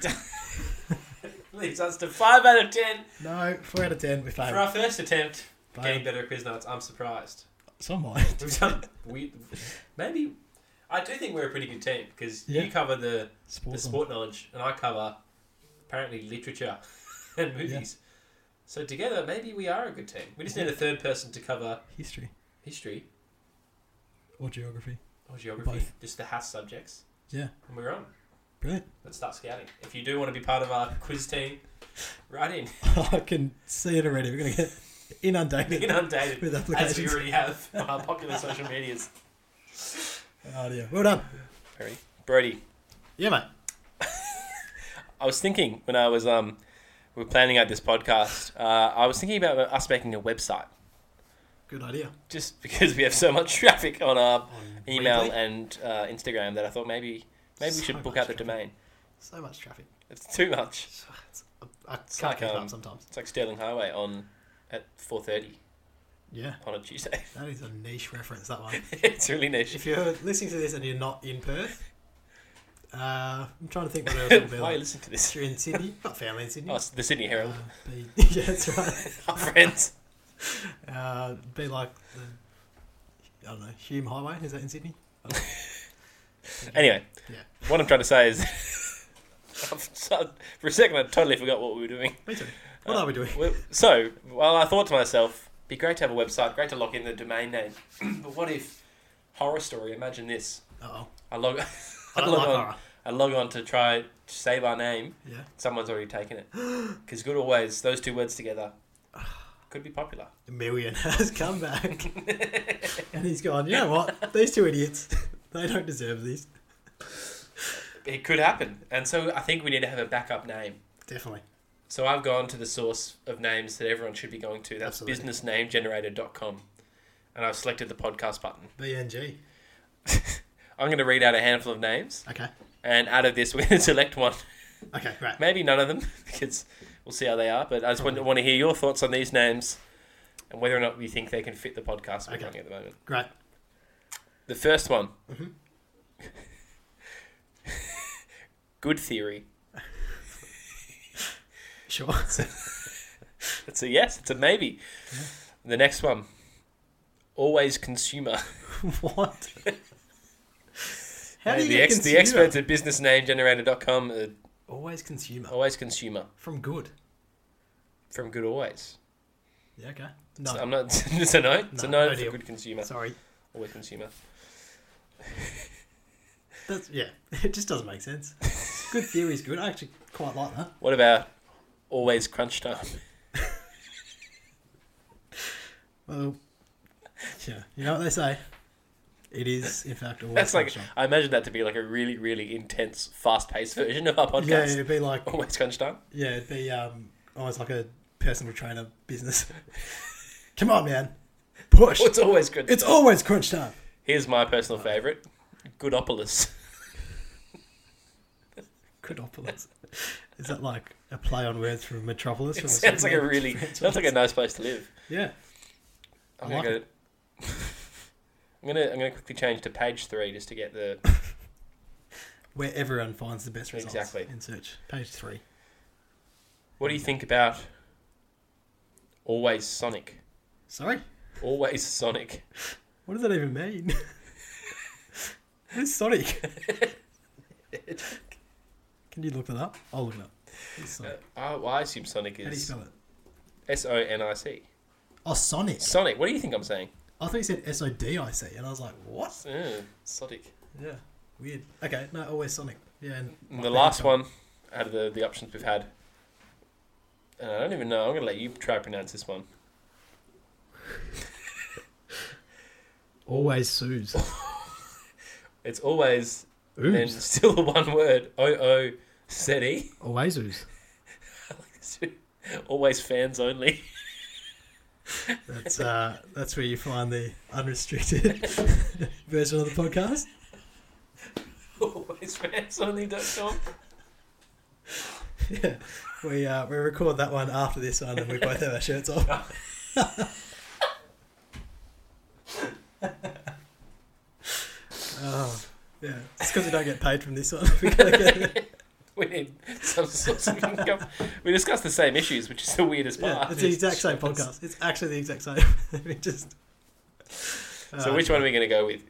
[SPEAKER 2] Leaves us to five out of ten
[SPEAKER 1] no, four out of ten. We
[SPEAKER 2] for
[SPEAKER 1] failed.
[SPEAKER 2] our first attempt.
[SPEAKER 1] Failed.
[SPEAKER 2] Getting better at quiz nights. I'm surprised.
[SPEAKER 1] Some might.
[SPEAKER 2] We've done weird. Maybe I do think we're a pretty good team because
[SPEAKER 1] Yeah.
[SPEAKER 2] you cover the, the
[SPEAKER 1] Sports on.
[SPEAKER 2] sport knowledge and I cover apparently literature and movies. So together, maybe we are a good team. We just need a third person to cover
[SPEAKER 3] History
[SPEAKER 2] history
[SPEAKER 3] or geography.
[SPEAKER 2] or geography,
[SPEAKER 3] Both.
[SPEAKER 2] just the Haas subjects.
[SPEAKER 3] Yeah.
[SPEAKER 2] And we're on.
[SPEAKER 3] Brilliant.
[SPEAKER 2] Let's start scouting. If you do want to be part of our quiz team, write in.
[SPEAKER 3] I can see it already. We're going to get inundated
[SPEAKER 2] Inundated.
[SPEAKER 3] with
[SPEAKER 2] As we
[SPEAKER 3] applications.
[SPEAKER 2] already have on our popular social medias.
[SPEAKER 3] Oh, dear. Well done.
[SPEAKER 2] Brody,
[SPEAKER 1] Yeah, mate.
[SPEAKER 2] I was thinking when I was um, we were planning out this podcast. Uh, I was thinking about us making a website,
[SPEAKER 1] Good idea.
[SPEAKER 2] just because we have so much traffic on our
[SPEAKER 1] On
[SPEAKER 2] email
[SPEAKER 1] Weebly.
[SPEAKER 2] and uh, Instagram that I thought maybe maybe we
[SPEAKER 1] So
[SPEAKER 2] should book
[SPEAKER 1] much
[SPEAKER 2] out the
[SPEAKER 1] traffic.
[SPEAKER 2] domain.
[SPEAKER 1] So much traffic.
[SPEAKER 2] It's too much.
[SPEAKER 1] It's- I, I can't
[SPEAKER 2] like,
[SPEAKER 1] keep
[SPEAKER 2] um,
[SPEAKER 1] up sometimes.
[SPEAKER 2] It's like Sterling Highway on at four thirty
[SPEAKER 1] Yeah,
[SPEAKER 2] on a Tuesday.
[SPEAKER 1] that is a niche reference, that one.
[SPEAKER 2] it's really niche.
[SPEAKER 1] if you're listening to this and you're not in Perth, uh, I'm trying to think what else
[SPEAKER 2] Why
[SPEAKER 1] would be
[SPEAKER 2] are you
[SPEAKER 1] like.
[SPEAKER 2] listening to this?
[SPEAKER 1] If you're in Sydney, you've got family in Sydney.
[SPEAKER 2] Oh, it's the Sydney Herald.
[SPEAKER 1] Uh, be, yeah, that's right.
[SPEAKER 2] Our friends.
[SPEAKER 1] Uh, be like the, I don't know, Hume Highway. Is that in Sydney?
[SPEAKER 2] Anyway,
[SPEAKER 1] Yeah.
[SPEAKER 2] what I'm trying to say is, I've, so- for a second, I totally forgot what we were doing.
[SPEAKER 1] Me too. What are we doing?
[SPEAKER 2] Well, so, well, I thought to myself, be great to have a website, great to lock in the domain name. but what if horror story? Imagine this.
[SPEAKER 1] Uh oh.
[SPEAKER 2] I log,
[SPEAKER 1] I
[SPEAKER 2] I
[SPEAKER 1] don't
[SPEAKER 2] log
[SPEAKER 1] like
[SPEAKER 2] on.
[SPEAKER 1] horror.
[SPEAKER 2] I log on to try to save our name.
[SPEAKER 1] Yeah.
[SPEAKER 2] Someone's already taken it. Because good always, those two words together could be popular.
[SPEAKER 1] A million has come back. and he's gone, you know what? These two idiots, they don't deserve this.
[SPEAKER 2] It could happen. And so I think we need to have a backup name.
[SPEAKER 1] Definitely.
[SPEAKER 2] So I've gone to the source of names that everyone should be going to. That's
[SPEAKER 1] Absolutely.
[SPEAKER 2] businessnamegenerator.com. And I've selected the podcast button.
[SPEAKER 1] BNG.
[SPEAKER 2] I'm going to read out a handful of names.
[SPEAKER 1] Okay.
[SPEAKER 2] And out of this, we're going to select one.
[SPEAKER 1] Okay, great.
[SPEAKER 2] Maybe none of them, because we'll see how they are. But I just want, want to hear your thoughts on these names and whether or not you think they can fit the podcast we're
[SPEAKER 1] Okay.
[SPEAKER 2] running at the moment.
[SPEAKER 1] Great.
[SPEAKER 2] The first one
[SPEAKER 1] Mm-hmm.
[SPEAKER 2] Good Theory.
[SPEAKER 1] Sure.
[SPEAKER 2] It's a yes, it's a maybe. The next one Always Consumer.
[SPEAKER 1] what? How do you
[SPEAKER 2] Hey, Uh, the,
[SPEAKER 1] get
[SPEAKER 2] ex- the
[SPEAKER 1] consumer?
[SPEAKER 2] experts at businessnamegenerator.com are
[SPEAKER 1] Always consumer.
[SPEAKER 2] uh, always consumer
[SPEAKER 1] From good.
[SPEAKER 2] from Good Always.
[SPEAKER 1] Yeah, okay. No.
[SPEAKER 2] So I'm not, it's a no. It's
[SPEAKER 1] No,
[SPEAKER 2] a
[SPEAKER 1] no
[SPEAKER 2] no,
[SPEAKER 1] deal.
[SPEAKER 2] for good consumer.
[SPEAKER 1] Sorry.
[SPEAKER 2] Always consumer.
[SPEAKER 1] That's yeah. It just doesn't make sense. Good theory's good. I actually quite like that.
[SPEAKER 2] What about always crunch time?
[SPEAKER 1] Well Yeah. You know what they say? It is in fact always
[SPEAKER 2] That's like
[SPEAKER 1] sunshine.
[SPEAKER 2] I imagine that to be like a really, really intense, fast-paced version of our podcast.
[SPEAKER 1] Yeah, it'd be like
[SPEAKER 2] Always crunch time.
[SPEAKER 1] yeah, it'd be um almost like a personal trainer business. Come on, man. Push.
[SPEAKER 2] It's always good.
[SPEAKER 1] It's always Oh. crunch time.
[SPEAKER 2] Here's my personal favorite, Goodopolis.
[SPEAKER 1] Goodopolis. Is that like a play on words from Metropolis?
[SPEAKER 2] It
[SPEAKER 1] from
[SPEAKER 2] sounds like a
[SPEAKER 1] certain
[SPEAKER 2] really
[SPEAKER 1] franchise?
[SPEAKER 2] sounds like a nice place to live.
[SPEAKER 1] yeah.
[SPEAKER 2] I'm
[SPEAKER 1] I
[SPEAKER 2] gonna go. I'm gonna I'm gonna quickly change to page three just to get the
[SPEAKER 1] Where everyone finds the best results
[SPEAKER 2] Exactly.
[SPEAKER 1] in search. Page three.
[SPEAKER 2] What do you think about always Sonic?
[SPEAKER 1] Sorry.
[SPEAKER 2] Always Sonic.
[SPEAKER 1] What does that even mean? what is Sonic? Can you look that up? I'll look it up. What is
[SPEAKER 2] Uh,
[SPEAKER 1] Sonic?
[SPEAKER 2] oh, well, I assume Sonic
[SPEAKER 1] How do you
[SPEAKER 2] is
[SPEAKER 1] spell it?
[SPEAKER 2] S O N I C.
[SPEAKER 1] Oh, Sonic.
[SPEAKER 2] Sonic. What do you think I'm saying?
[SPEAKER 1] I thought you said S O D I C, and I was like, what?
[SPEAKER 2] Uh, Sonic.
[SPEAKER 1] Yeah. Weird. Okay, no, always Sonic. Yeah. And
[SPEAKER 2] And the last one out of the, the options we've had. And I don't even know. I'm gonna let you try to pronounce this one.
[SPEAKER 1] Always Sues.
[SPEAKER 2] It's always then still the one word. O O Z E.
[SPEAKER 1] Always Ooze.
[SPEAKER 2] Always fans only.
[SPEAKER 1] That's uh, that's where you find the unrestricted version of the podcast.
[SPEAKER 2] always fans only. dot com.
[SPEAKER 1] Yeah, we uh, we record that one after this one, and we both have our shirts off. oh, yeah, it's because we don't get paid from this one. We gotta get-
[SPEAKER 2] We need some source of income. We discussed the same issues, which is the weirdest
[SPEAKER 1] yeah,
[SPEAKER 2] part.
[SPEAKER 1] it's the exact same podcast. It's actually the exact same. we just. uh,
[SPEAKER 2] So which one are we going to go with?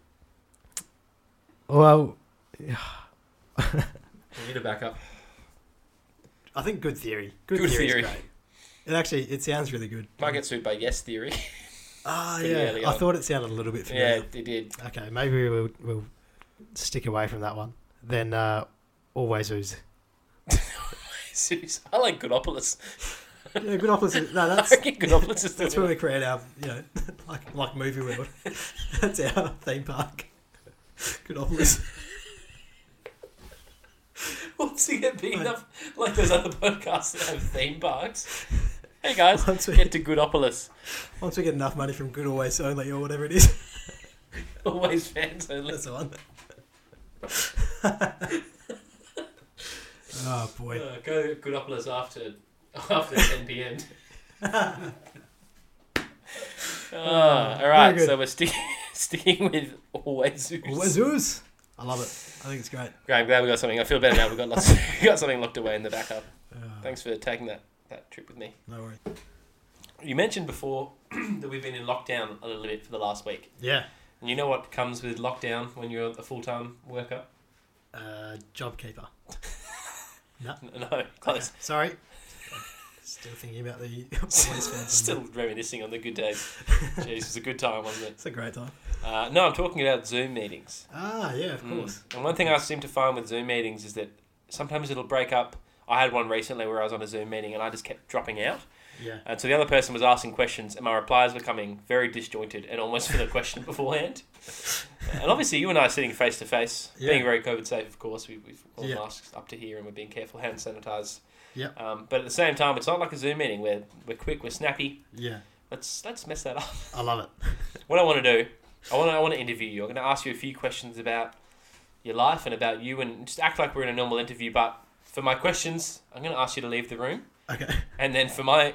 [SPEAKER 4] Well,
[SPEAKER 2] We need a backup.
[SPEAKER 1] I think good theory. Good,
[SPEAKER 2] Good
[SPEAKER 1] theory.
[SPEAKER 2] theory.
[SPEAKER 1] Is great. It actually it sounds really good.
[SPEAKER 2] Might get sued by Yes Theory.
[SPEAKER 1] Ah,
[SPEAKER 2] pretty
[SPEAKER 1] yeah.
[SPEAKER 2] early
[SPEAKER 1] I
[SPEAKER 2] on.
[SPEAKER 1] thought it sounded a little bit
[SPEAKER 2] yeah,
[SPEAKER 1] familiar.
[SPEAKER 2] they did.
[SPEAKER 1] Okay, maybe we'll, we'll stick away from that one. Then uh, always who's.
[SPEAKER 2] Zeus. I like Goodopolis.
[SPEAKER 1] Yeah, good opposite. No,
[SPEAKER 2] I
[SPEAKER 1] that's
[SPEAKER 2] reckon Goodopolis is
[SPEAKER 1] that's
[SPEAKER 2] the
[SPEAKER 1] where
[SPEAKER 2] one.
[SPEAKER 1] we create our you know like like movie world. that's our theme park. Good opposite.
[SPEAKER 2] Once you get big enough, like those other podcasts that have theme parks. Hey guys,
[SPEAKER 1] Once we-
[SPEAKER 2] get to Goodopolis.
[SPEAKER 1] Once we get enough money from Good Always Only or whatever it is,
[SPEAKER 2] Always fans only.
[SPEAKER 1] that's the one. oh boy.
[SPEAKER 2] Uh, go to Goodopolis after after 10 p.m. Uh, all right,
[SPEAKER 1] good.
[SPEAKER 2] so we're sticking sticking with always Zeus.
[SPEAKER 1] Always who's. I love it. I think it's great.
[SPEAKER 2] Great, I'm glad we got something. I feel better now. We got lots, we got something locked away in the backup.
[SPEAKER 1] Uh,
[SPEAKER 2] Thanks for taking that that trip with me.
[SPEAKER 1] No worries.
[SPEAKER 2] You mentioned before that we've been in lockdown a little bit for the last week.
[SPEAKER 1] Yeah.
[SPEAKER 2] And you know what comes with lockdown when you're a full time worker?
[SPEAKER 1] Uh, JobKeeper.
[SPEAKER 2] No, close.
[SPEAKER 1] Sorry. Still thinking about the Always fans.
[SPEAKER 2] Still reminiscing on the good days. Jeez, it was a good time, wasn't it?
[SPEAKER 1] It's a great time.
[SPEAKER 2] Uh, no, I'm talking about Zoom meetings.
[SPEAKER 1] Ah, yeah, of
[SPEAKER 2] Mm.
[SPEAKER 1] course.
[SPEAKER 2] And one thing I seem to find with Zoom meetings is that sometimes it'll break up. I had one recently where I was on a Zoom meeting and I just kept dropping out.
[SPEAKER 1] Yeah.
[SPEAKER 2] And Uh, so the other person was asking questions, and my replies were coming very disjointed and almost for the question beforehand. and obviously, you and I are sitting face to face,
[SPEAKER 1] Yeah.
[SPEAKER 2] being very COVID safe, of course. We, we've all
[SPEAKER 1] Yeah.
[SPEAKER 2] masks up to here and we're being careful, hand sanitized.
[SPEAKER 1] Yeah.
[SPEAKER 2] Um, but at the same time, it's not like a Zoom meeting where we're quick, we're snappy.
[SPEAKER 1] Yeah.
[SPEAKER 2] Let's let's mess that up.
[SPEAKER 1] I love it.
[SPEAKER 2] What I want to do, I want to, I want to interview you. I'm going to ask you a few questions about your life and about you, and just act like we're in a normal interview. But for my questions, I'm going to ask you to leave the room.
[SPEAKER 1] Okay.
[SPEAKER 2] And then for my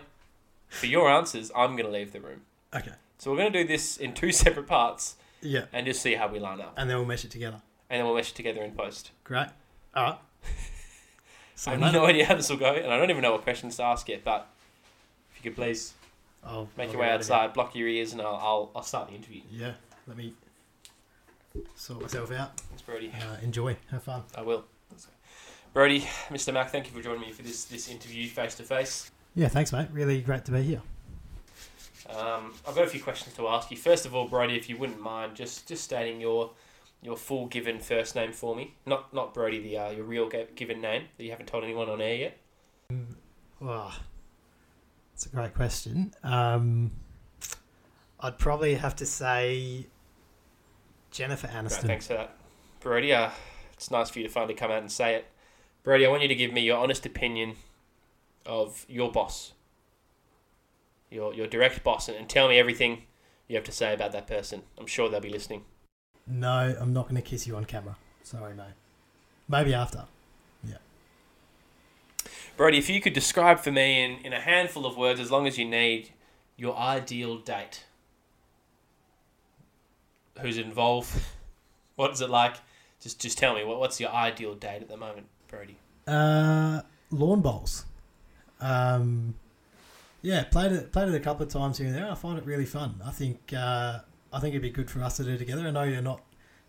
[SPEAKER 2] for your answers, I'm gonna leave the room.
[SPEAKER 1] Okay.
[SPEAKER 2] So we're gonna do this in two separate parts
[SPEAKER 1] Yeah.
[SPEAKER 2] and just see how we line up.
[SPEAKER 1] And then we'll mesh it together.
[SPEAKER 2] And then we'll mesh it together in post.
[SPEAKER 1] Great. All right.
[SPEAKER 2] I
[SPEAKER 1] So
[SPEAKER 2] have
[SPEAKER 1] later.
[SPEAKER 2] no idea how this will go, and I don't even know what questions to ask yet, but if you could please
[SPEAKER 1] I'll
[SPEAKER 2] make
[SPEAKER 1] I'll
[SPEAKER 2] your way
[SPEAKER 1] get out of here.
[SPEAKER 2] outside, block your ears, and I'll, I'll, I'll start the interview.
[SPEAKER 1] Yeah. Let me sort myself out.
[SPEAKER 2] Thanks, Brody.
[SPEAKER 1] Uh, enjoy. Have fun.
[SPEAKER 2] I will. Brody, Mr. Mack, thank you for joining me for this, this interview face to face.
[SPEAKER 1] Yeah. Thanks, mate. Really great to be here.
[SPEAKER 2] Um, I've got a few questions to ask you. First of all, Brody, if you wouldn't mind, just just stating your your full given first name for me. Not not Brody, the uh, your real ga- given name that you haven't told anyone on air yet.
[SPEAKER 1] Wow. Mm, ah, That's a great question. Um, I'd probably have to say Jennifer
[SPEAKER 2] Right,
[SPEAKER 1] Aniston.
[SPEAKER 2] thanks for that, Brody. Uh, it's nice for you to finally come out and say it, Brody. I want you to give me your honest opinion of your boss, your your direct boss, and, and tell me everything you have to say about that person. I'm sure they'll be listening.
[SPEAKER 1] No, I'm not going to kiss you on camera. Sorry, mate. Maybe after.
[SPEAKER 2] Brody, if you could describe for me in, in a handful of words, as long as you need, your ideal date. Who's involved? What is it like? Just just tell me what, what's your ideal date at the moment, Brody.
[SPEAKER 1] Uh, lawn bowls. Um, yeah, played it played it a couple of times here and there. I find it really fun. I think uh, I think it'd be good for us to do together. I know you're not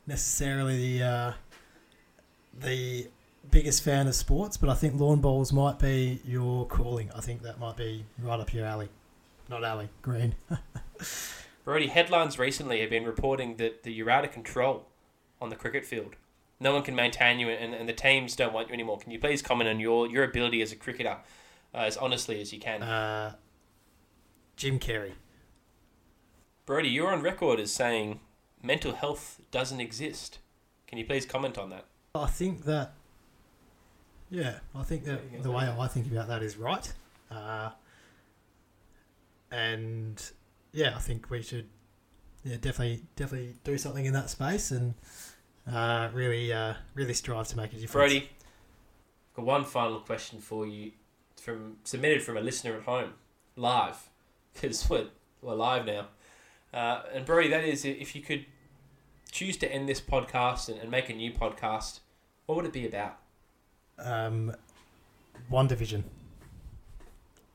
[SPEAKER 1] necessarily the uh, the biggest fan of sports, but I think lawn bowls might be your calling. I think that might be right up your alley. Not alley, green.
[SPEAKER 2] Brody, headlines recently have been reporting that, that you're out of control on the cricket field. No one can maintain you, and, and the teams don't want you anymore. Can you please comment on your, your ability as a cricketer uh, as honestly as you can?
[SPEAKER 1] Uh, Jim Carrey.
[SPEAKER 2] Brody, you're on record as saying mental health doesn't exist. Can you please comment on that?
[SPEAKER 1] I think that, yeah, I think that
[SPEAKER 2] Yeah, you
[SPEAKER 1] the
[SPEAKER 2] got
[SPEAKER 1] way
[SPEAKER 2] that.
[SPEAKER 1] I think about that is right. Uh, and yeah, I think we should, yeah, definitely, definitely do something in that space and uh, really, uh, really strive to make a difference.
[SPEAKER 2] Brody, I've got one final question for you from submitted from a listener at home, live, because we're, we're live now. Uh, and Brody, that is, if you could choose to end this podcast and, and make a new podcast, what would it be about?
[SPEAKER 1] um, one division.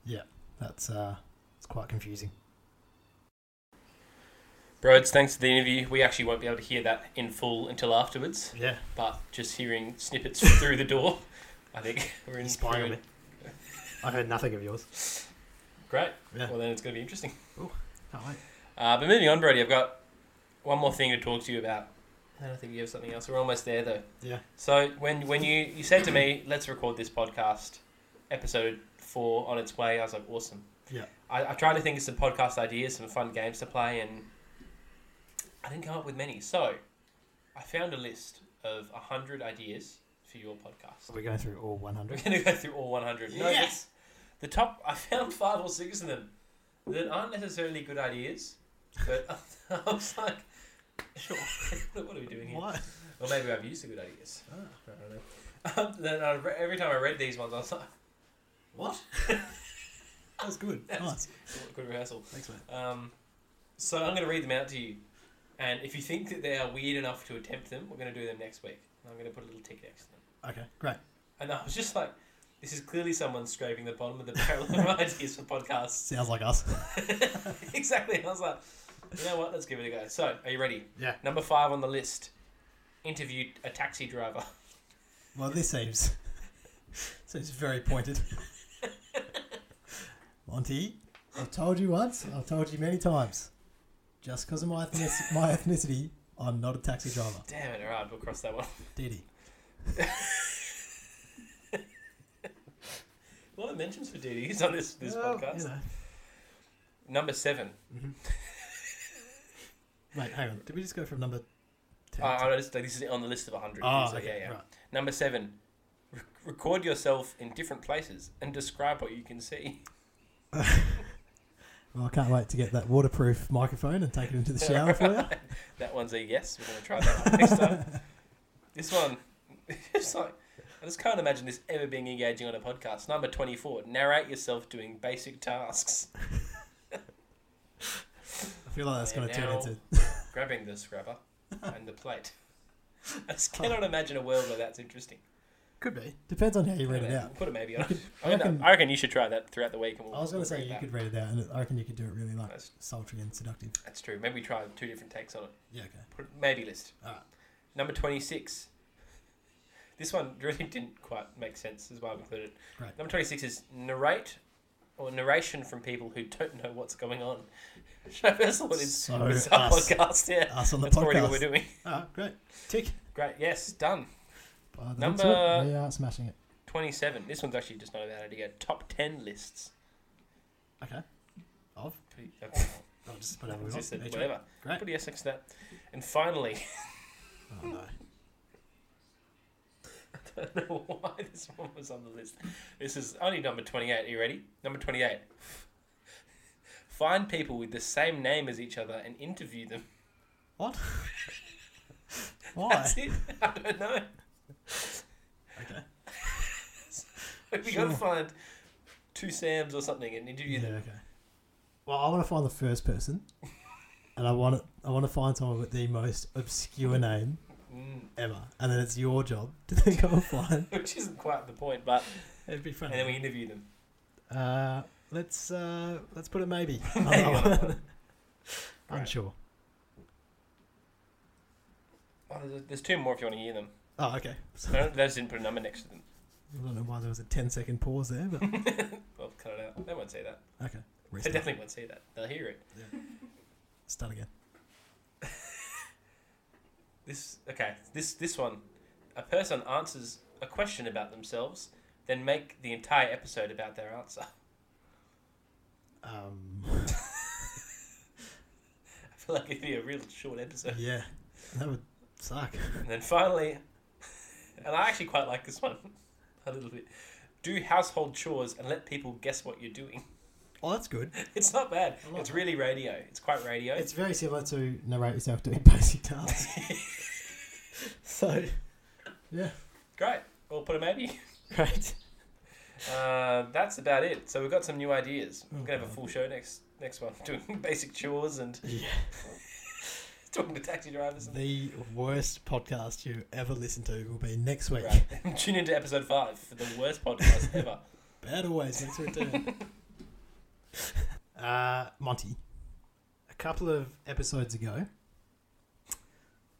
[SPEAKER 1] Yeah, that's uh, it's quite confusing.
[SPEAKER 2] Broads, thanks for the interview. We actually won't be able to hear that in full until afterwards,
[SPEAKER 1] Yeah,
[SPEAKER 2] but just hearing snippets through the door, I think we're in
[SPEAKER 1] you're spying on
[SPEAKER 2] for
[SPEAKER 1] me.
[SPEAKER 2] it.
[SPEAKER 1] I heard nothing of yours.
[SPEAKER 2] Great.
[SPEAKER 1] Yeah.
[SPEAKER 2] Well, then it's going to be interesting.
[SPEAKER 1] Can't wait.
[SPEAKER 2] Uh, but moving on, Brody, I've got one more thing to talk to you about. And I think you have something else. We're almost there, though.
[SPEAKER 1] Yeah.
[SPEAKER 2] So when when you you said to me, "Let's record this podcast episode four on its way," I was like, "Awesome."
[SPEAKER 1] Yeah.
[SPEAKER 2] I, I tried to think of some podcast ideas, some fun games to play, and I didn't come up with many. So I found a list of hundred ideas for your podcast.
[SPEAKER 1] We're going through all
[SPEAKER 2] We're
[SPEAKER 1] 100.
[SPEAKER 2] going to go through all 100. No,
[SPEAKER 1] Yes!
[SPEAKER 2] that's- The top, I found five or six of them that aren't necessarily good ideas, but I, was like, sure, what are we doing here?
[SPEAKER 1] What?
[SPEAKER 2] Or maybe I've used the good ideas.
[SPEAKER 1] Ah.
[SPEAKER 2] I don't know. Um, then I re- every time I read these ones, I was like,
[SPEAKER 1] What? that was good.
[SPEAKER 2] That's-
[SPEAKER 1] nice.
[SPEAKER 2] what a good rehearsal.
[SPEAKER 1] Thanks, mate.
[SPEAKER 2] Um, so I'm going to read them out to you. And if you think that they are weird enough to attempt them, we're going to do them next week. And I'm going to put a little tick next to them.
[SPEAKER 1] Okay, great.
[SPEAKER 2] And I was just like, this is clearly someone scraping the bottom of the barrel of ideas for podcasts.
[SPEAKER 1] Sounds like us.
[SPEAKER 2] exactly. I was like, you know what? Let's give it a go. So, are you ready?
[SPEAKER 1] Yeah.
[SPEAKER 2] Number five on the list: interviewed a taxi driver.
[SPEAKER 3] Well, this seems seems very pointed. Monty, I've told you once. I've told you many times. Just because of my ethnicity, my ethnicity, I'm not a taxi driver.
[SPEAKER 2] Damn it! All right, we'll cross that one.
[SPEAKER 3] Diddy.
[SPEAKER 2] A lot of mentions for DDs on this this
[SPEAKER 1] Well,
[SPEAKER 2] podcast.
[SPEAKER 1] you know.
[SPEAKER 2] Number seven.
[SPEAKER 1] Wait, hang on. Did we just go from number 10?
[SPEAKER 2] Ah, I, I noticed that this is on the list of hundred.
[SPEAKER 3] Ah,
[SPEAKER 1] oh, okay, right.
[SPEAKER 2] Number seven. Re- record yourself in different places and describe what you can see.
[SPEAKER 3] Well, I can't wait to get that waterproof microphone and take it into the shower for you.
[SPEAKER 2] That one's a yes. We're going to try that one next time. This one, it's like, I just can't imagine this ever being engaging on a podcast. Number 24, narrate yourself doing basic tasks.
[SPEAKER 3] I feel like that's going to turn
[SPEAKER 2] Now-
[SPEAKER 3] into
[SPEAKER 2] Grabbing the scrubber and the plate. I just cannot
[SPEAKER 3] Oh.
[SPEAKER 2] imagine a world where that's interesting.
[SPEAKER 1] Could be.
[SPEAKER 3] depends on how you
[SPEAKER 2] I
[SPEAKER 3] read
[SPEAKER 2] don't
[SPEAKER 3] it
[SPEAKER 2] know,
[SPEAKER 3] out.
[SPEAKER 2] We'll put a maybe on.
[SPEAKER 3] could-
[SPEAKER 2] I, reckon,
[SPEAKER 3] reckon-
[SPEAKER 2] I reckon you should try that throughout the week. And we'll,
[SPEAKER 3] I was going to
[SPEAKER 2] we'll
[SPEAKER 3] say
[SPEAKER 2] bring it
[SPEAKER 3] you
[SPEAKER 2] back.
[SPEAKER 3] could read it out, and I reckon you could do it really like
[SPEAKER 2] That's,
[SPEAKER 3] sultry and seductive.
[SPEAKER 2] that's true. Maybe try two different takes on it.
[SPEAKER 3] Yeah, okay.
[SPEAKER 2] Put maybe list.
[SPEAKER 1] Alright.
[SPEAKER 2] Number 26. This one really didn't quite make sense, is why I've included it.
[SPEAKER 3] Right.
[SPEAKER 2] Number 26 is narrate or narration from people who don't know what's going on. Show us what is
[SPEAKER 3] So
[SPEAKER 2] this our
[SPEAKER 3] us.
[SPEAKER 2] podcast. Yeah,
[SPEAKER 3] Us on the
[SPEAKER 2] that's already what we're
[SPEAKER 3] podcast.
[SPEAKER 2] doing.
[SPEAKER 1] Ah, great. Tick.
[SPEAKER 2] Great, yes, done.
[SPEAKER 3] By the looks
[SPEAKER 2] Number-
[SPEAKER 3] of it, we are smashing it.
[SPEAKER 2] 27. This one's actually just not about it again. Top 10 lists.
[SPEAKER 1] Okay. Of.
[SPEAKER 2] Pretty- that's-
[SPEAKER 1] I'll just put everyone
[SPEAKER 2] just
[SPEAKER 1] on.
[SPEAKER 2] said Whatever.
[SPEAKER 1] Great.
[SPEAKER 2] Put a yes next to that. And finally,
[SPEAKER 1] Oh, no.
[SPEAKER 2] I don't know why this one was on the list. This is only number 28. Are you ready? Number 28. Find people with the same name as each other and interview them.
[SPEAKER 3] Why?
[SPEAKER 2] That's it. I don't know.
[SPEAKER 1] Okay.
[SPEAKER 2] We
[SPEAKER 3] Sure.
[SPEAKER 2] gotta find two Sams or something and interview
[SPEAKER 3] Yeah,
[SPEAKER 2] them.
[SPEAKER 3] okay. Well, I want to find the first person, and I want it, I want to find someone with the most obscure name
[SPEAKER 2] Mm,
[SPEAKER 3] ever, and then it's your job to then go and find.
[SPEAKER 2] which isn't quite the point, but
[SPEAKER 1] It'd be
[SPEAKER 2] and
[SPEAKER 1] funny.
[SPEAKER 2] then we interview them.
[SPEAKER 3] Uh, let's uh, let's put it maybe.
[SPEAKER 2] Hang on. Right.
[SPEAKER 1] Unsure.
[SPEAKER 2] Oh, there's, there's two more if you want to hear them.
[SPEAKER 3] Oh, okay.
[SPEAKER 2] I don't, they just didn't put a number next to them.
[SPEAKER 3] I don't know why there was a 10 second pause there, but
[SPEAKER 2] Well, cut it out. They won't say that.
[SPEAKER 3] okay.
[SPEAKER 2] They
[SPEAKER 3] Restart.
[SPEAKER 2] definitely won't say that. They'll hear it.
[SPEAKER 3] Start again.
[SPEAKER 2] This okay. This this one, a person answers a question about themselves, then make the entire episode about their answer.
[SPEAKER 1] Um,
[SPEAKER 2] I feel like it'd be a real short episode.
[SPEAKER 3] Yeah, that would suck.
[SPEAKER 2] And then finally, and I actually quite like this one a little bit. Do household chores and let people guess what you're doing.
[SPEAKER 3] Oh, that's good.
[SPEAKER 2] It's not bad.
[SPEAKER 3] I like
[SPEAKER 2] It's really radio. It's quite radio.
[SPEAKER 3] It's very similar to narrate yourself doing basic tasks. so, yeah,
[SPEAKER 2] Great. We'll put a maybe.
[SPEAKER 3] great.
[SPEAKER 2] Uh, that's about it. So we've got some new ideas. We're gonna have a
[SPEAKER 3] Okay.
[SPEAKER 2] full show next next one, doing basic chores and
[SPEAKER 3] Yeah.
[SPEAKER 2] talking to taxi drivers. And
[SPEAKER 3] The worst podcast you ever listen to will be next week.
[SPEAKER 2] Right. Tune into episode five for the worst podcast ever.
[SPEAKER 3] Bad always makes a return.
[SPEAKER 1] uh,
[SPEAKER 3] Monty.
[SPEAKER 1] a couple of episodes ago.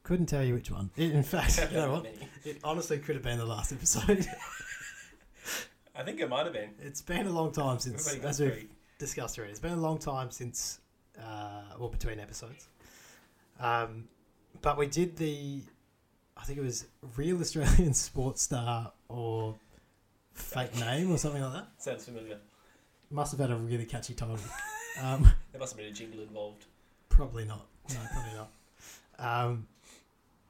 [SPEAKER 1] Couldn't tell you which one. It- in fact, you know what?
[SPEAKER 2] Many.
[SPEAKER 1] It honestly could have been the last episode.
[SPEAKER 2] I think it might have been.
[SPEAKER 1] it's been a long time since,
[SPEAKER 2] Everybody got
[SPEAKER 1] as we've
[SPEAKER 2] three.
[SPEAKER 1] discussed already, it's been a long time since, uh, well, between episodes. Um, but we did the, I think it was Real Australian Sports Star or Fake Name or something like that.
[SPEAKER 2] Sounds familiar.
[SPEAKER 1] Must have had a really catchy title. Um,
[SPEAKER 2] There must have been a jingle involved.
[SPEAKER 1] probably not. No, probably not. Um,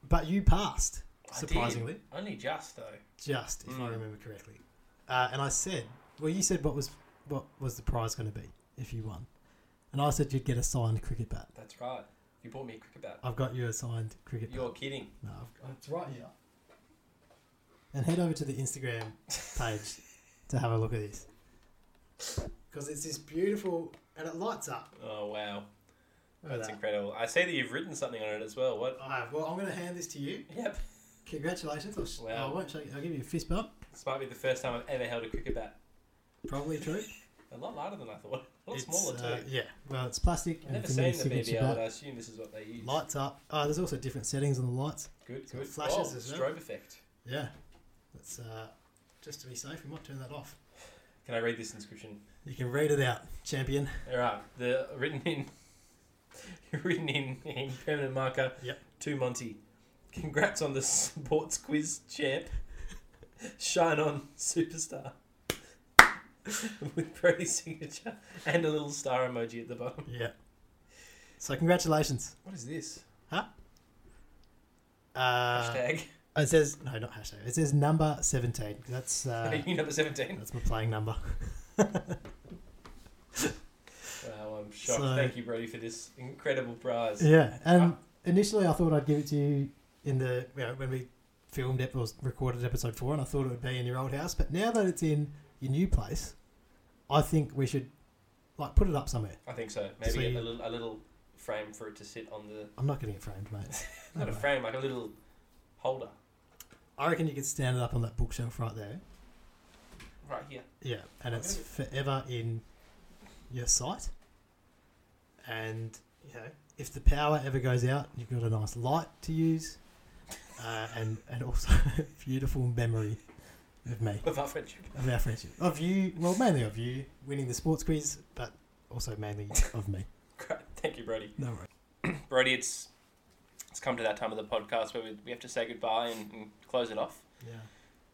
[SPEAKER 1] but you passed,
[SPEAKER 2] I did.
[SPEAKER 1] surprisingly,
[SPEAKER 2] Only just though.
[SPEAKER 1] just if I
[SPEAKER 2] Mm.
[SPEAKER 1] remember correctly. Uh, and I said, well, you said what was what was the prize going to be if you won, and I said you'd get a signed cricket bat.
[SPEAKER 2] That's right. You bought me a cricket bat.
[SPEAKER 1] I've got you a signed cricket
[SPEAKER 2] You're
[SPEAKER 1] bat.
[SPEAKER 2] kidding.
[SPEAKER 1] No, I've, it's right here. And head over to the Instagram page to have a look at this, because it's this beautiful and it lights up.
[SPEAKER 2] Oh wow,
[SPEAKER 1] Look at
[SPEAKER 2] that's
[SPEAKER 1] that.
[SPEAKER 2] incredible. I see that you've written something on it as well. What?
[SPEAKER 1] I have. Well, I'm going to hand this to you.
[SPEAKER 2] Yep.
[SPEAKER 1] Congratulations. I'll, sh-
[SPEAKER 2] Wow.
[SPEAKER 1] I won't shake. I'll give you a fist bump.
[SPEAKER 2] This might be the first time I've ever held a cricket bat.
[SPEAKER 1] Probably true.
[SPEAKER 2] A lot lighter than I thought. A lot smaller
[SPEAKER 1] uh,
[SPEAKER 2] too.
[SPEAKER 1] yeah. Well, it's plastic.
[SPEAKER 2] I've never
[SPEAKER 1] it's a mini
[SPEAKER 2] seen the
[SPEAKER 1] signature
[SPEAKER 2] BBL, but I
[SPEAKER 1] bat.
[SPEAKER 2] assume this is what they use.
[SPEAKER 1] Lights up. Oh, there's also different settings on the lights.
[SPEAKER 2] Good,
[SPEAKER 1] So
[SPEAKER 2] good.
[SPEAKER 1] flashes
[SPEAKER 2] oh,
[SPEAKER 1] as well.
[SPEAKER 2] strobe effect.
[SPEAKER 1] Yeah. That's uh, just to be safe. We might turn that off.
[SPEAKER 2] Can I read this inscription?
[SPEAKER 1] You can read it out, champion.
[SPEAKER 2] All right, the written in, written in, in permanent marker.
[SPEAKER 1] Yep.
[SPEAKER 2] To Monty, congrats on the sports quiz champ. Shine on, superstar. With Brody's signature and a little star emoji at the bottom.
[SPEAKER 1] Yeah. So congratulations.
[SPEAKER 2] What is this?
[SPEAKER 1] Uh,
[SPEAKER 2] Hashtag.
[SPEAKER 1] it says no, not hashtag. It says number seventeen. That's uh,
[SPEAKER 2] you number seventeen.
[SPEAKER 1] that's my playing number.
[SPEAKER 2] Wow, I'm shocked.
[SPEAKER 1] uh, So-
[SPEAKER 2] Thank you, Brody, for this incredible prize.
[SPEAKER 1] Yeah, and
[SPEAKER 2] Ah.
[SPEAKER 1] initially I thought I'd give it to you in the you know, when we filmed it or recorded episode four, and I thought it would be in your old house. But now that it's in your new place, I think we should like put it up somewhere.
[SPEAKER 2] I think so. Maybe
[SPEAKER 1] So you-
[SPEAKER 2] a little a little frame for it to sit on the
[SPEAKER 1] I'm not getting it framed, mate. No
[SPEAKER 2] not a
[SPEAKER 1] way.
[SPEAKER 2] frame, like a little holder
[SPEAKER 1] I reckon you could stand it up on that bookshelf right there.
[SPEAKER 2] right here.
[SPEAKER 1] Yeah, and it's forever in your sight. And you know, if the power ever goes out, you've got a nice light to use, uh, and and also a beautiful memory of me.
[SPEAKER 2] Of our friendship.
[SPEAKER 1] of our friendship. Of you, well, mainly of you winning the sports quiz, but also mainly of me.
[SPEAKER 2] Great. Thank you, Brody.
[SPEAKER 1] No worries.
[SPEAKER 2] Brody, it's it's come to that time of the podcast where we, we have to say goodbye and, and close it off.
[SPEAKER 1] Yeah.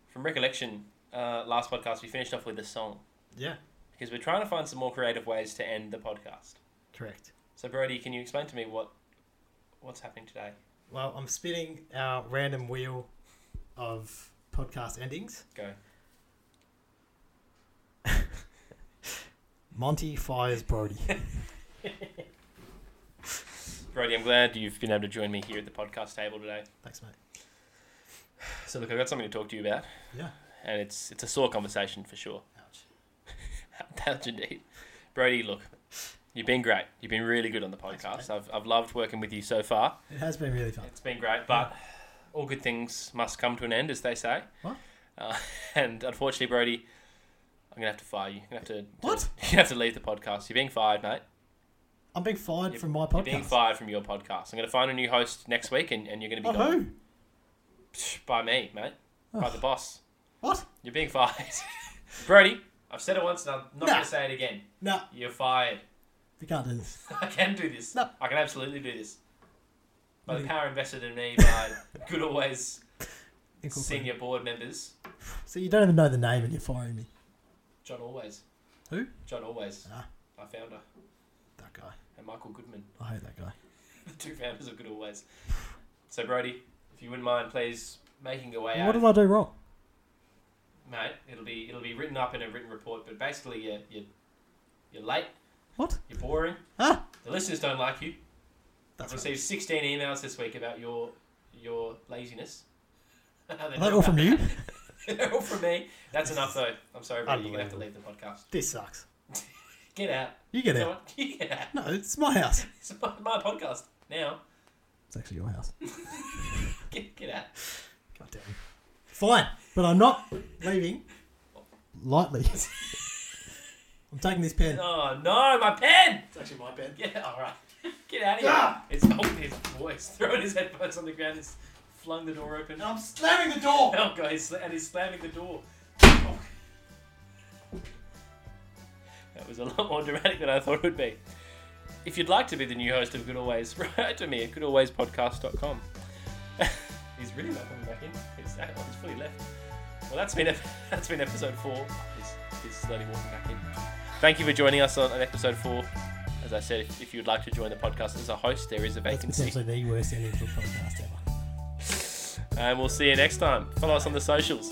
[SPEAKER 2] From recollection, uh, last podcast we finished off with a song
[SPEAKER 1] Yeah.
[SPEAKER 2] because we're trying to find some more creative ways to end the podcast.
[SPEAKER 1] Correct.
[SPEAKER 2] So, Brody, can you explain to me what what's happening today?
[SPEAKER 1] Well, I'm spinning our random wheel of podcast endings.
[SPEAKER 2] Go.
[SPEAKER 1] Monty fires Brody.
[SPEAKER 2] Brody, I'm glad you've been able to join me here at the podcast table today.
[SPEAKER 1] Thanks, mate.
[SPEAKER 2] So, look, I've got something to talk to you about,
[SPEAKER 1] Yeah.
[SPEAKER 2] and it's it's a sore conversation for sure.
[SPEAKER 1] Ouch.
[SPEAKER 2] That's indeed. Brody, look, you've been great. You've been really good on the
[SPEAKER 1] Thanks,
[SPEAKER 2] podcast. I've, I've loved working with you so far.
[SPEAKER 1] It has been really fun.
[SPEAKER 2] It's been great, but all good things must come to an end, as they say.
[SPEAKER 1] What?
[SPEAKER 2] Uh, and unfortunately, Brody, I'm going to have to fire you. You're going to have to.
[SPEAKER 1] What?
[SPEAKER 2] You're going to have to leave the podcast. You're being fired, mate.
[SPEAKER 1] I'm being fired
[SPEAKER 2] You're-
[SPEAKER 1] from my
[SPEAKER 2] You're being
[SPEAKER 1] podcast.
[SPEAKER 2] fired from your podcast. I'm going to find a new host next week, and, and you're going to be
[SPEAKER 1] By
[SPEAKER 2] gone.
[SPEAKER 1] Oh, who?
[SPEAKER 2] Psh, By me, mate. By the boss.
[SPEAKER 1] What?
[SPEAKER 2] You're being fired. Brody, I've said it once, and I'm not
[SPEAKER 1] No.
[SPEAKER 2] going to say it again.
[SPEAKER 1] No,
[SPEAKER 2] You're fired.
[SPEAKER 1] we can't do this.
[SPEAKER 2] I can do this.
[SPEAKER 1] No.
[SPEAKER 2] I can absolutely do this. By the
[SPEAKER 1] Mm.
[SPEAKER 2] power invested in me by good always senior board members,
[SPEAKER 1] So you don't even know the name and you're firing me.
[SPEAKER 2] John Always.
[SPEAKER 1] Who?
[SPEAKER 2] John Always,
[SPEAKER 1] Ah,
[SPEAKER 2] our founder,
[SPEAKER 1] that guy.
[SPEAKER 2] and Michael Goodman,
[SPEAKER 1] I hate that guy.
[SPEAKER 2] the two founders of Good Always. So Brody, if you wouldn't mind, please making your way
[SPEAKER 1] What
[SPEAKER 2] out,
[SPEAKER 1] did I do wrong?
[SPEAKER 2] mate. It'll be it'll be written up in a written report, but basically you're you're, you're late.
[SPEAKER 1] What?
[SPEAKER 2] You're boring.
[SPEAKER 1] Ah.
[SPEAKER 2] The listeners don't like you. I've
[SPEAKER 1] That's
[SPEAKER 2] received 16 emails this week about your your laziness. They're
[SPEAKER 1] right. Are they all from you?
[SPEAKER 2] They're all from me. That's enough, though. I'm sorry, bro. You're gonna have to leave the podcast.
[SPEAKER 1] This sucks.
[SPEAKER 2] Get out.
[SPEAKER 1] You get
[SPEAKER 2] You
[SPEAKER 1] out.
[SPEAKER 2] know what? You Get out.
[SPEAKER 1] No, it's my house.
[SPEAKER 2] It's my, my podcast now.
[SPEAKER 1] It's actually your house.
[SPEAKER 2] Get, get out.
[SPEAKER 1] God damn. Fine, but I'm not leaving lightly. I'm taking this pen.
[SPEAKER 2] Oh no, my pen.
[SPEAKER 1] It's actually my pen.
[SPEAKER 2] Yeah, all right. Get Get out of here!
[SPEAKER 4] Ah!
[SPEAKER 2] It's not his voice. Throwing his headphones on the ground, he's flung the door open.
[SPEAKER 4] And I'm slamming the door.
[SPEAKER 2] Oh, guys, and he's slamming the door. That was a lot more dramatic than I thought it would be. If you'd like to be the new host of Good Always, write to me at goodalwayspodcast.com. he's really not coming back in. He's, oh, he's fully left. Well, that's been, ep- that's been episode four. He's, he's slowly walking back in. Thank you for joining us on on episode four. As I said, if, if you'd like to join the podcast as a host, there is a
[SPEAKER 3] That's
[SPEAKER 2] vacancy.
[SPEAKER 3] potentially the worst ending for a podcast ever.
[SPEAKER 2] And we'll see you next time. Follow us on the socials.